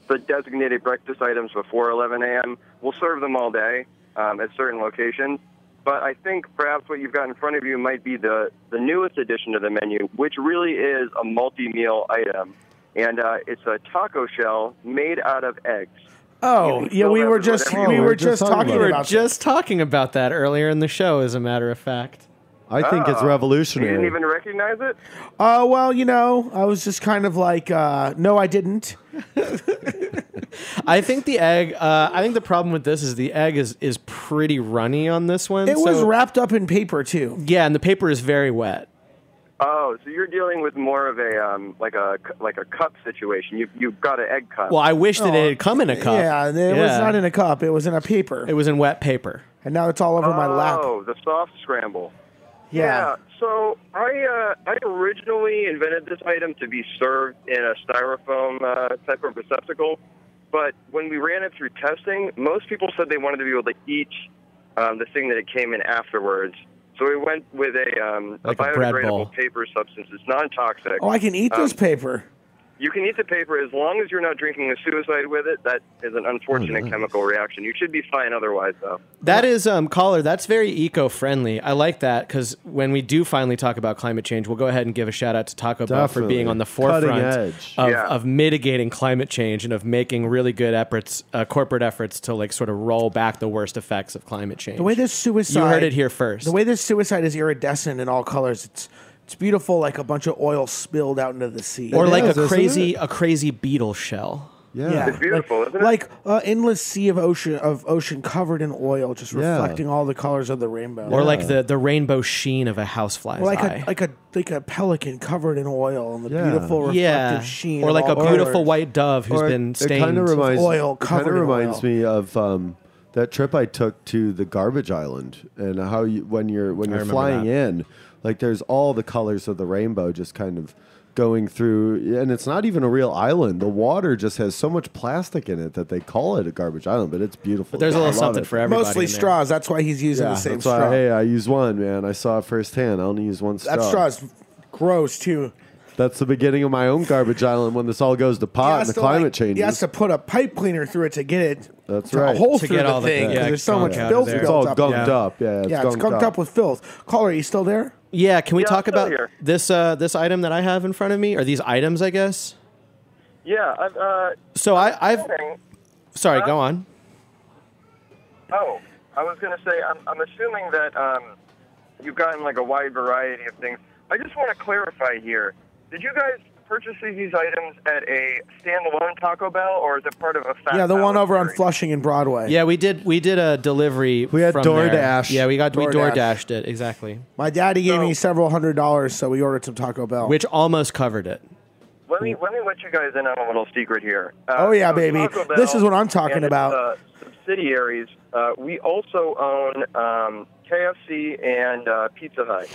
Speaker 9: the designated breakfast items before 11 a.m. We'll serve them all day um, at certain locations. But I think perhaps what you've got in front of you might be the, the newest addition to the menu, which really is a multi meal item. And uh, it's a taco shell made out of eggs.
Speaker 6: Oh, yeah.
Speaker 9: fill
Speaker 6: We
Speaker 9: that
Speaker 6: were
Speaker 9: with
Speaker 6: just
Speaker 9: whatever you
Speaker 6: we
Speaker 3: want.
Speaker 6: were just talking
Speaker 4: We were
Speaker 6: about
Speaker 4: just talking about that earlier in the show, as a matter of fact.
Speaker 3: I think it's
Speaker 9: Oh, You
Speaker 3: revolutionary.
Speaker 9: didn't even recognize it?
Speaker 6: uh, Oh well, you know, I was just kind of like, uh, no, I didn't.
Speaker 4: I think the egg. Uh, I think the problem with this is the egg is is pretty runny on this one.
Speaker 6: It was
Speaker 4: so-
Speaker 6: wrapped up in paper too.
Speaker 4: Yeah, and the paper is very wet.
Speaker 9: Oh, so you're dealing with more of a um, like a like a cup situation. You you've got an egg cup.
Speaker 4: Well, I wish that it had come in a cup.
Speaker 6: Oh, Yeah, it was not in a cup. It was in a paper,
Speaker 4: It was in wet paper.
Speaker 6: and now it's all over my lap.
Speaker 9: Oh, the soft scramble.
Speaker 6: Yeah.
Speaker 9: so I uh, I originally invented this item to be served in a styrofoam uh, type of receptacle, but when we ran it through testing, most people said they wanted to be able to eat um, the thing that it came in afterwards. So we went with a, um,
Speaker 4: Like
Speaker 9: a
Speaker 4: a bread ball.
Speaker 9: biodegradable paper substance. It's non-toxic.
Speaker 6: Oh, I can eat this paper.
Speaker 9: You can eat the paper as long as you're not drinking the suicide with it. That is an unfortunate chemical reaction. You should be fine otherwise, though.
Speaker 4: That is, um, caller, that's very eco friendly. I like that because when we do finally talk about climate change, we'll go ahead and give a shout out to Taco Bell for
Speaker 3: Definitely.
Speaker 4: being on the
Speaker 3: Cutting
Speaker 4: forefront
Speaker 3: edge.
Speaker 4: Of,
Speaker 9: Yeah.
Speaker 4: of mitigating climate change and of making really good efforts, uh, corporate efforts to like sort of roll back the worst effects of climate change.
Speaker 6: The way this suicide.
Speaker 4: you heard it here first.
Speaker 6: The way this suicide is iridescent in all colors. It's it's beautiful, like a bunch of oil spilled out into the sea.
Speaker 4: or like
Speaker 3: is,
Speaker 4: a
Speaker 3: isn't
Speaker 4: crazy a crazy beetle shell.
Speaker 3: Yeah.
Speaker 6: Yeah.
Speaker 9: It's beautiful,
Speaker 6: like,
Speaker 9: isn't it?
Speaker 6: Like uh, endless sea of ocean of ocean covered in oil, just
Speaker 3: Yeah.
Speaker 6: reflecting all the colors of the rainbow.
Speaker 4: Or like the, the rainbow sheen of a housefly's
Speaker 6: Or like
Speaker 4: eye.
Speaker 6: a like a like a pelican covered in oil and the
Speaker 3: Yeah.
Speaker 6: beautiful reflective
Speaker 4: yeah.
Speaker 6: sheen.
Speaker 4: or
Speaker 6: of
Speaker 4: like a
Speaker 6: all
Speaker 4: beautiful
Speaker 6: colors.
Speaker 4: white dove who's
Speaker 3: Or
Speaker 4: been
Speaker 3: It kind
Speaker 4: stained.
Speaker 3: of reminds,
Speaker 6: oil,
Speaker 3: it kinda
Speaker 6: covered in
Speaker 3: reminds
Speaker 6: oil.
Speaker 3: me of um, that trip I took to the garbage island and how you, when you're when you're
Speaker 4: remember
Speaker 3: flying in, like there's all the colors of the rainbow just kind of going through, and it's not even a real island. The water just has so much plastic in it that they call it a garbage island, but it's beautiful.
Speaker 4: There's a
Speaker 3: I
Speaker 4: little
Speaker 3: love
Speaker 4: something
Speaker 3: it.
Speaker 4: for everybody.
Speaker 6: Mostly
Speaker 4: in there.
Speaker 6: straws. That's why he's using
Speaker 3: Yeah,
Speaker 6: the same
Speaker 3: that's
Speaker 6: straw.
Speaker 3: why. Hey, I use one, man. I saw it firsthand. I only use one straw.
Speaker 6: that straw is gross too.
Speaker 3: That's the beginning of my own garbage island when this all goes to pot and the climate
Speaker 6: change.
Speaker 3: changes.
Speaker 6: He has to put a pipe cleaner through it to get it.
Speaker 3: That's
Speaker 6: to
Speaker 3: right.
Speaker 6: A hole
Speaker 4: To
Speaker 6: through
Speaker 4: get
Speaker 6: the
Speaker 4: all the-
Speaker 6: thing
Speaker 4: yeah,
Speaker 6: 'cause there's so
Speaker 4: gunk
Speaker 6: much
Speaker 4: out of
Speaker 6: filth.
Speaker 4: there.
Speaker 3: it's
Speaker 6: built
Speaker 3: all
Speaker 6: up.
Speaker 3: gunked
Speaker 6: yeah.
Speaker 3: up. Yeah, it's
Speaker 6: Yeah, it's
Speaker 3: gunked,
Speaker 6: gunked up with filth. Caller, are you still there?
Speaker 4: Yeah, can we
Speaker 9: Yeah,
Speaker 4: talk
Speaker 9: I'm still
Speaker 4: about
Speaker 9: here.
Speaker 4: this uh, this item that I have in front of me, or these items, I guess?
Speaker 9: Yeah. I've, uh,
Speaker 4: So I, I've
Speaker 9: thing-
Speaker 4: sorry, go on.
Speaker 9: Oh, I was going to say, I'm, I'm assuming that um, you've gotten like a wide variety of things. I just want to clarify here. Did you guys purchase these items at a standalone Taco Bell, or is it part of a fat
Speaker 6: Yeah, the one
Speaker 9: Palace
Speaker 6: over on
Speaker 9: tree?
Speaker 6: Flushing and Broadway.
Speaker 4: Yeah, we did we did a delivery.
Speaker 3: We had
Speaker 4: from there.
Speaker 3: DoorDash.
Speaker 4: Yeah, we got we
Speaker 6: DoorDash.
Speaker 4: DoorDashed it exactly,
Speaker 6: My daddy gave
Speaker 9: So-
Speaker 6: me several hundred dollars, so we ordered some Taco Bell.
Speaker 4: which almost covered it.
Speaker 9: Let me let me let you guys in on a little secret here. Uh,
Speaker 6: Oh, yeah, baby.
Speaker 9: Taco Bell
Speaker 6: This is what I'm talking
Speaker 9: and its,
Speaker 6: about.
Speaker 9: Uh, subsidiaries. Uh, we also own um, KFC and uh, Pizza Hut.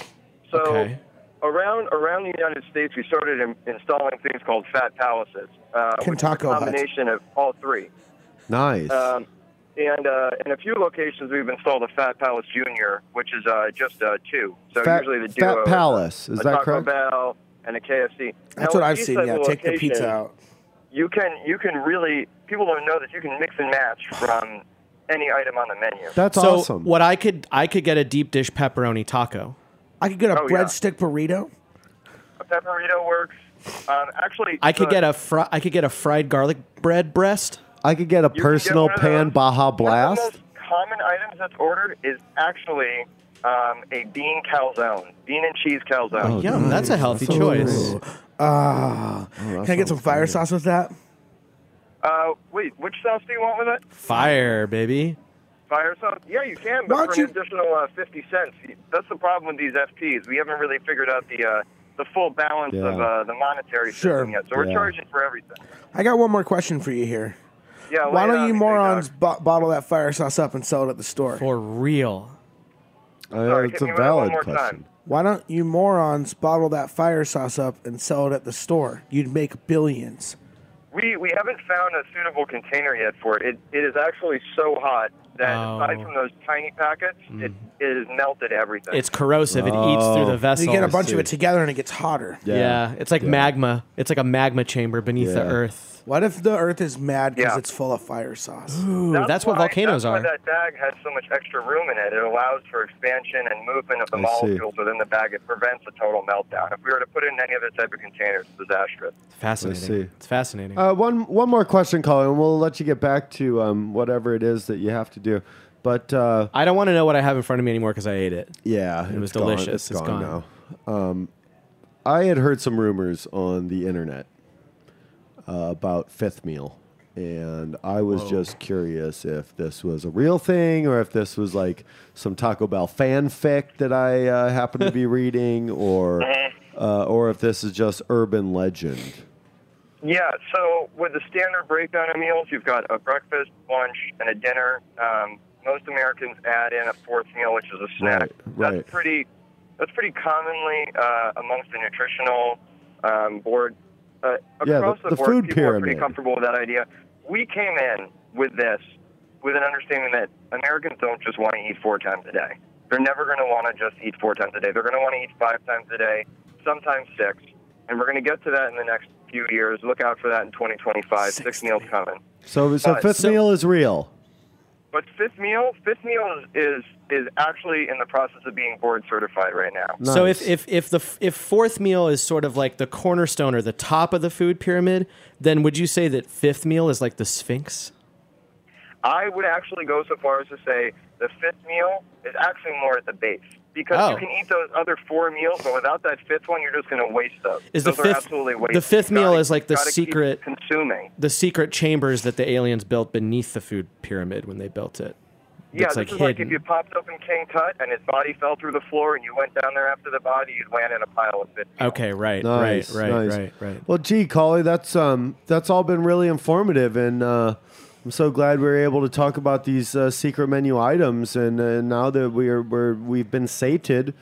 Speaker 9: So
Speaker 4: Okay.
Speaker 9: around around the United States, we started in, installing things called fat palaces, uh, which is
Speaker 6: Taco
Speaker 9: a
Speaker 6: Hut.
Speaker 9: combination of all three.
Speaker 3: Nice.
Speaker 9: Um, and uh, in a few locations, we've installed a Fat Palace Junior, which is uh, just uh, two. So
Speaker 3: Fat-
Speaker 9: usually the
Speaker 3: Fat
Speaker 9: duo
Speaker 3: Palace, is
Speaker 9: a
Speaker 3: that
Speaker 9: Taco
Speaker 3: correct?
Speaker 9: Bell and a KFC.
Speaker 6: That's
Speaker 9: Now,
Speaker 6: what
Speaker 9: at
Speaker 6: I've
Speaker 9: these
Speaker 6: seen.
Speaker 9: type
Speaker 6: Yeah,
Speaker 9: of
Speaker 6: take the
Speaker 9: locations,
Speaker 6: pizza out.
Speaker 9: You can you can really people don't know that you can mix and match from any item on the menu.
Speaker 3: That's
Speaker 4: so
Speaker 3: awesome.
Speaker 4: what I could I could get a deep dish pepperoni taco.
Speaker 6: I could get a
Speaker 9: Oh, yeah.
Speaker 6: breadstick burrito.
Speaker 9: A pepperito works. Um, actually,
Speaker 4: I could
Speaker 9: the-
Speaker 4: get a fr- I could get a fried garlic bread breast.
Speaker 3: I could get a
Speaker 9: you can get
Speaker 3: personal
Speaker 9: one of
Speaker 3: pan
Speaker 9: those.
Speaker 3: Baja
Speaker 9: One of
Speaker 3: Blast.
Speaker 9: the most common items that's ordered is actually um, a bean calzone, bean and cheese calzone.
Speaker 3: Oh,
Speaker 4: Yum, that's a healthy choice.
Speaker 6: Ah,
Speaker 3: Oh,
Speaker 6: can I get some fire sauce with that?
Speaker 9: Uh, wait, which sauce do you want with it?
Speaker 4: Fire, baby.
Speaker 9: Fire sauce? Yeah, you can,
Speaker 6: Why
Speaker 9: but
Speaker 6: don't
Speaker 9: for an
Speaker 6: you-
Speaker 9: additional uh, fifty cents. That's the problem with these FTs. We haven't really figured out the uh, the full balance
Speaker 3: Yeah.
Speaker 9: of uh, the monetary
Speaker 6: Sure.
Speaker 9: system yet. So we're
Speaker 3: Yeah.
Speaker 9: charging for everything.
Speaker 6: I got one more question for you here.
Speaker 9: Yeah.
Speaker 6: Why
Speaker 9: lay it
Speaker 6: don't
Speaker 9: on
Speaker 6: you
Speaker 9: me, big dog.
Speaker 6: morons bo- bottle that fire sauce up and sell it at the store?
Speaker 4: For real.
Speaker 3: Uh,
Speaker 9: Sorry,
Speaker 3: it's
Speaker 9: hit
Speaker 3: a
Speaker 9: me with it one
Speaker 3: valid
Speaker 9: more
Speaker 3: question.
Speaker 9: time.
Speaker 6: Why don't you morons bottle that fire sauce up and sell it at the store? You'd make billions.
Speaker 9: We we haven't found a suitable container yet for it. It, it is actually so hot that
Speaker 4: Oh. Mm.
Speaker 9: aside from those tiny packets, it, it has melted everything.
Speaker 4: It's corrosive. It eats through the vessel.
Speaker 6: You get a bunch of it together and it gets hotter.
Speaker 4: Yeah. it's like magma. It's like a magma chamber beneath the
Speaker 3: Yeah.
Speaker 4: earth.
Speaker 6: What if the earth is mad because
Speaker 9: Yeah.
Speaker 6: it's full of fire sauce?
Speaker 4: Ooh, that's, what
Speaker 9: why-
Speaker 4: volcanoes
Speaker 9: that's
Speaker 4: are.
Speaker 9: Why that bag has so much extra room in it. It allows for expansion and movement of the
Speaker 3: I see.
Speaker 9: molecules within the bag. It prevents a total meltdown. If we were to put it in any other type of container, it's disastrous.
Speaker 4: fascinating.
Speaker 3: I see.
Speaker 4: It's fascinating.
Speaker 3: Uh, one one more question, Colin, and we'll let you get back to um, whatever it is that you have to do. But uh,
Speaker 4: I don't want to know what I have in front of me anymore because I ate it.
Speaker 3: yeah, it
Speaker 4: was delicious. It's gone.
Speaker 3: now. Um, I had heard some rumors on the internet uh, about fifth meal and I was just curious if this was a real thing or if this was like some Taco Bell fanfic that I uh, happened to be reading, or
Speaker 4: Uh-huh.
Speaker 3: uh, or if this is just urban legend.
Speaker 9: Yeah, so with the standard breakdown of meals, you've got a breakfast, lunch, and a dinner. Um, most Americans add in a fourth meal, which is a snack.
Speaker 3: Right, right.
Speaker 9: That's pretty. That's pretty commonly uh, amongst the nutritional um, board. Uh,
Speaker 3: Yeah, the-
Speaker 9: across
Speaker 3: the
Speaker 9: board,
Speaker 3: food
Speaker 9: people are pretty
Speaker 3: pyramid.
Speaker 9: comfortable with that idea. We came in with this with an understanding that Americans don't just want to eat four times a day. They're never going to want to just eat four times a day. They're going to want to eat five times a day, sometimes six. And we're going to get to that in the next few years. Look out for that in 2025. Six, meals coming.
Speaker 3: So, so
Speaker 4: Uh,
Speaker 9: But-
Speaker 3: fifth meal is real.
Speaker 9: But fifth meal, fifth meal is, is is actually in the process of being board certified right now.
Speaker 4: So if,
Speaker 3: Nice.
Speaker 4: if if the f- if fourth meal is sort of like the cornerstone or the top of the food pyramid, then would you say that fifth meal is like the Sphinx?
Speaker 9: I would actually go so far as to say the fifth meal is actually more at the base because
Speaker 4: Oh.
Speaker 9: you can eat those other four meals, but without that fifth one, you're just going to waste those.
Speaker 4: Is the
Speaker 9: those
Speaker 4: fifth-
Speaker 9: are absolutely
Speaker 4: the
Speaker 9: wasted.
Speaker 4: fifth
Speaker 9: You
Speaker 4: meal
Speaker 9: gotta-
Speaker 4: is like the
Speaker 9: gotta keep
Speaker 4: secret-
Speaker 9: consuming.
Speaker 4: The secret chambers that the aliens built beneath the food pyramid when they built it.
Speaker 9: Yeah,
Speaker 4: That's,
Speaker 9: this
Speaker 4: like,
Speaker 9: is like
Speaker 4: hidden.
Speaker 9: if you popped open King Tut and his body fell through the floor, and you went down there after the body, you'd land in a pile of fifth. meals.
Speaker 4: Okay, right,
Speaker 3: Nice,
Speaker 4: right, right,
Speaker 3: nice.
Speaker 4: right, right.
Speaker 3: Well, gee, Collie, that's um, that's all been really informative, and uh, I'm so glad we were able to talk about these uh, secret menu items. And uh, now that we're, we're we've been sated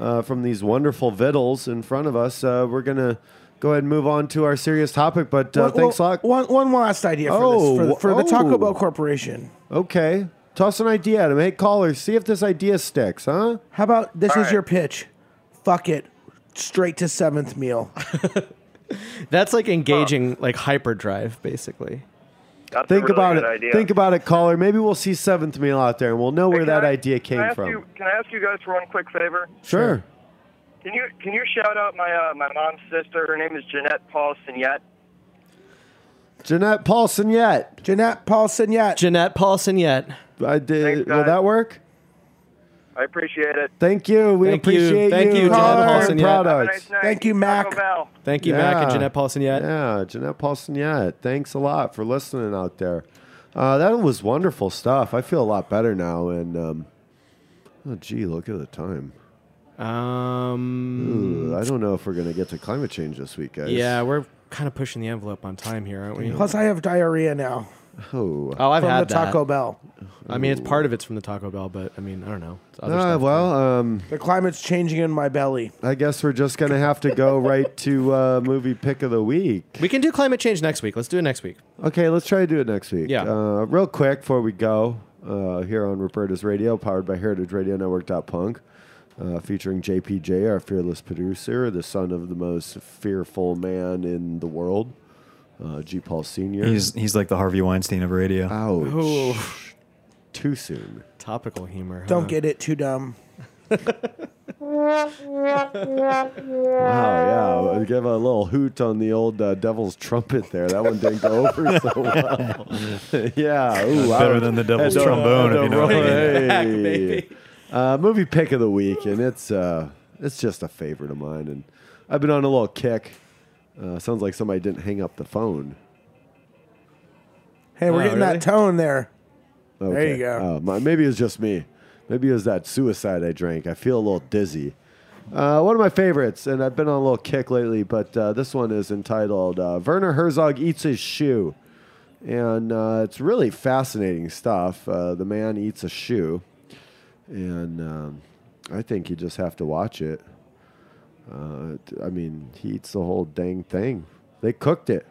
Speaker 3: uh, from these wonderful vittles in front of us, uh, we're gonna go ahead and move on to our serious topic. But uh,
Speaker 6: One-
Speaker 3: thanks
Speaker 6: one-
Speaker 3: a lot.
Speaker 6: One, one last idea for
Speaker 3: Oh,
Speaker 6: this for, the, for the
Speaker 3: oh.
Speaker 6: Taco Bell Corporation.
Speaker 3: Okay, toss an idea at him. Hey, caller, see if this idea sticks, huh?
Speaker 6: How about this
Speaker 9: All
Speaker 6: is
Speaker 9: right.
Speaker 6: your pitch? Fuck it, straight to seventh meal.
Speaker 4: That's
Speaker 3: uh,
Speaker 4: like engaging like hyperdrive, basically.
Speaker 9: That's a
Speaker 3: Think
Speaker 9: really
Speaker 3: about it.
Speaker 9: good Idea.
Speaker 3: Think about it, caller. Maybe we'll see seventh meal out there, and we'll know
Speaker 9: Hey,
Speaker 3: where
Speaker 9: can
Speaker 3: that
Speaker 9: I-
Speaker 3: idea
Speaker 9: can I
Speaker 3: came
Speaker 9: ask
Speaker 3: from.
Speaker 9: you- can I ask you guys for one quick favor?
Speaker 3: sure.
Speaker 9: Can you can you shout out my uh, my mom's sister? Her name is Jeanette Paul Signette.
Speaker 3: Jeanette Paulson yet.
Speaker 6: Jeanette Paulson, yet
Speaker 4: Jeanette Paulson yet.
Speaker 3: I did.
Speaker 9: Thanks,
Speaker 3: Will
Speaker 9: guys.
Speaker 3: that work?
Speaker 9: I appreciate it.
Speaker 3: Thank you. We
Speaker 4: Thank you.
Speaker 3: appreciate
Speaker 4: Thank you, Jeanette
Speaker 3: Caller
Speaker 4: Paulson,
Speaker 3: and
Speaker 4: yeah. Have a
Speaker 9: Have a
Speaker 3: products.
Speaker 9: nice night.
Speaker 6: Thank you, Mac.
Speaker 9: Taco Bell.
Speaker 4: Thank you, Mac and
Speaker 3: Yeah.
Speaker 4: Jeanette Paulson yet.
Speaker 3: Yeah, Jeanette Paulson. Yeah, thanks a lot for listening out there. Uh, that was wonderful stuff. I feel a lot better now. And um, oh, gee, look at the time.
Speaker 4: Um,
Speaker 3: Ooh, I don't know if we're gonna get to climate change this week, guys.
Speaker 4: yeah, we're kind of pushing the envelope on time here, aren't we?
Speaker 6: Plus, I have diarrhea now
Speaker 3: Oh.
Speaker 4: Oh, I've
Speaker 6: from the
Speaker 4: had that.
Speaker 6: Taco Bell.
Speaker 4: I mean, it's part of it's from the Taco Bell, but I mean, I don't know. It's other
Speaker 3: Ah,
Speaker 4: stuff.
Speaker 3: well, um,
Speaker 6: The climate's changing in my belly.
Speaker 3: I guess we're just gonna have to go right to uh, movie pick of the week.
Speaker 4: we can do climate change next week. Let's do it next week.
Speaker 3: Okay, let's try to do it next week.
Speaker 4: Yeah.
Speaker 3: Uh, real quick before we go, uh, here on Roberta's Radio, powered by Heritage Radio Network.punk, uh, featuring JPJ, our fearless producer, the son of the most fearful man in the world, uh, G. Paul Sr.
Speaker 5: He's he's like the Harvey Weinstein of
Speaker 6: Ah.
Speaker 5: radio.
Speaker 3: Ouch. Too soon.
Speaker 4: Topical humor. huh?
Speaker 6: Don't get it too dumb.
Speaker 3: Wow, yeah. Give a little hoot on the old uh, devil's trumpet there. That one didn't go over so well. yeah. Ooh,
Speaker 5: Better
Speaker 3: ouch.
Speaker 5: than the devil's
Speaker 3: Had to-
Speaker 5: trombone,
Speaker 3: had
Speaker 5: if
Speaker 3: to
Speaker 5: you know what I
Speaker 3: roll-
Speaker 5: mean.
Speaker 4: Back,
Speaker 3: Hey.
Speaker 4: baby.
Speaker 3: Uh, movie pick of the week, and it's uh, it's just a favorite of mine, and I've been on a little kick. Uh, sounds like somebody didn't hang up the phone.
Speaker 6: Hey, we're
Speaker 4: Oh,
Speaker 6: getting
Speaker 4: really?
Speaker 6: that tone there.
Speaker 3: Okay.
Speaker 6: you go.
Speaker 3: Uh, my, maybe it was just me. Maybe it was that suicide I drank. I feel a little dizzy. Uh, one of my favorites, and I've been on a little kick lately, but uh, this one is entitled uh, Werner Herzog Eats His Shoe. And uh, it's really fascinating stuff. Uh, the man eats a shoe, and um, I think you just have to watch it. Uh, t- I mean, he eats the whole dang thing. They cooked it.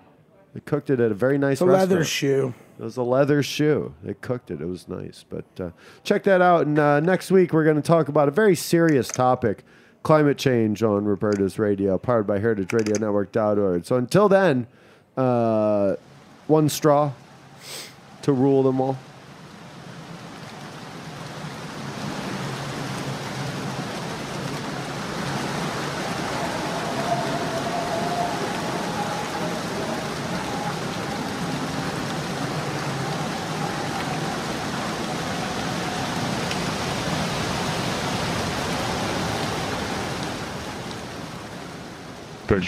Speaker 3: They cooked it at a very nice
Speaker 6: It's a leather
Speaker 3: restaurant.
Speaker 6: shoe.
Speaker 3: It was a leather shoe. They cooked it. It was nice. But uh, check that out. And uh, next week, we're going to talk about a very serious topic climate change on Roberta's Radio, powered by heritageradionetwork.org. So until then, uh, one straw to rule them all.
Speaker 10: Thanks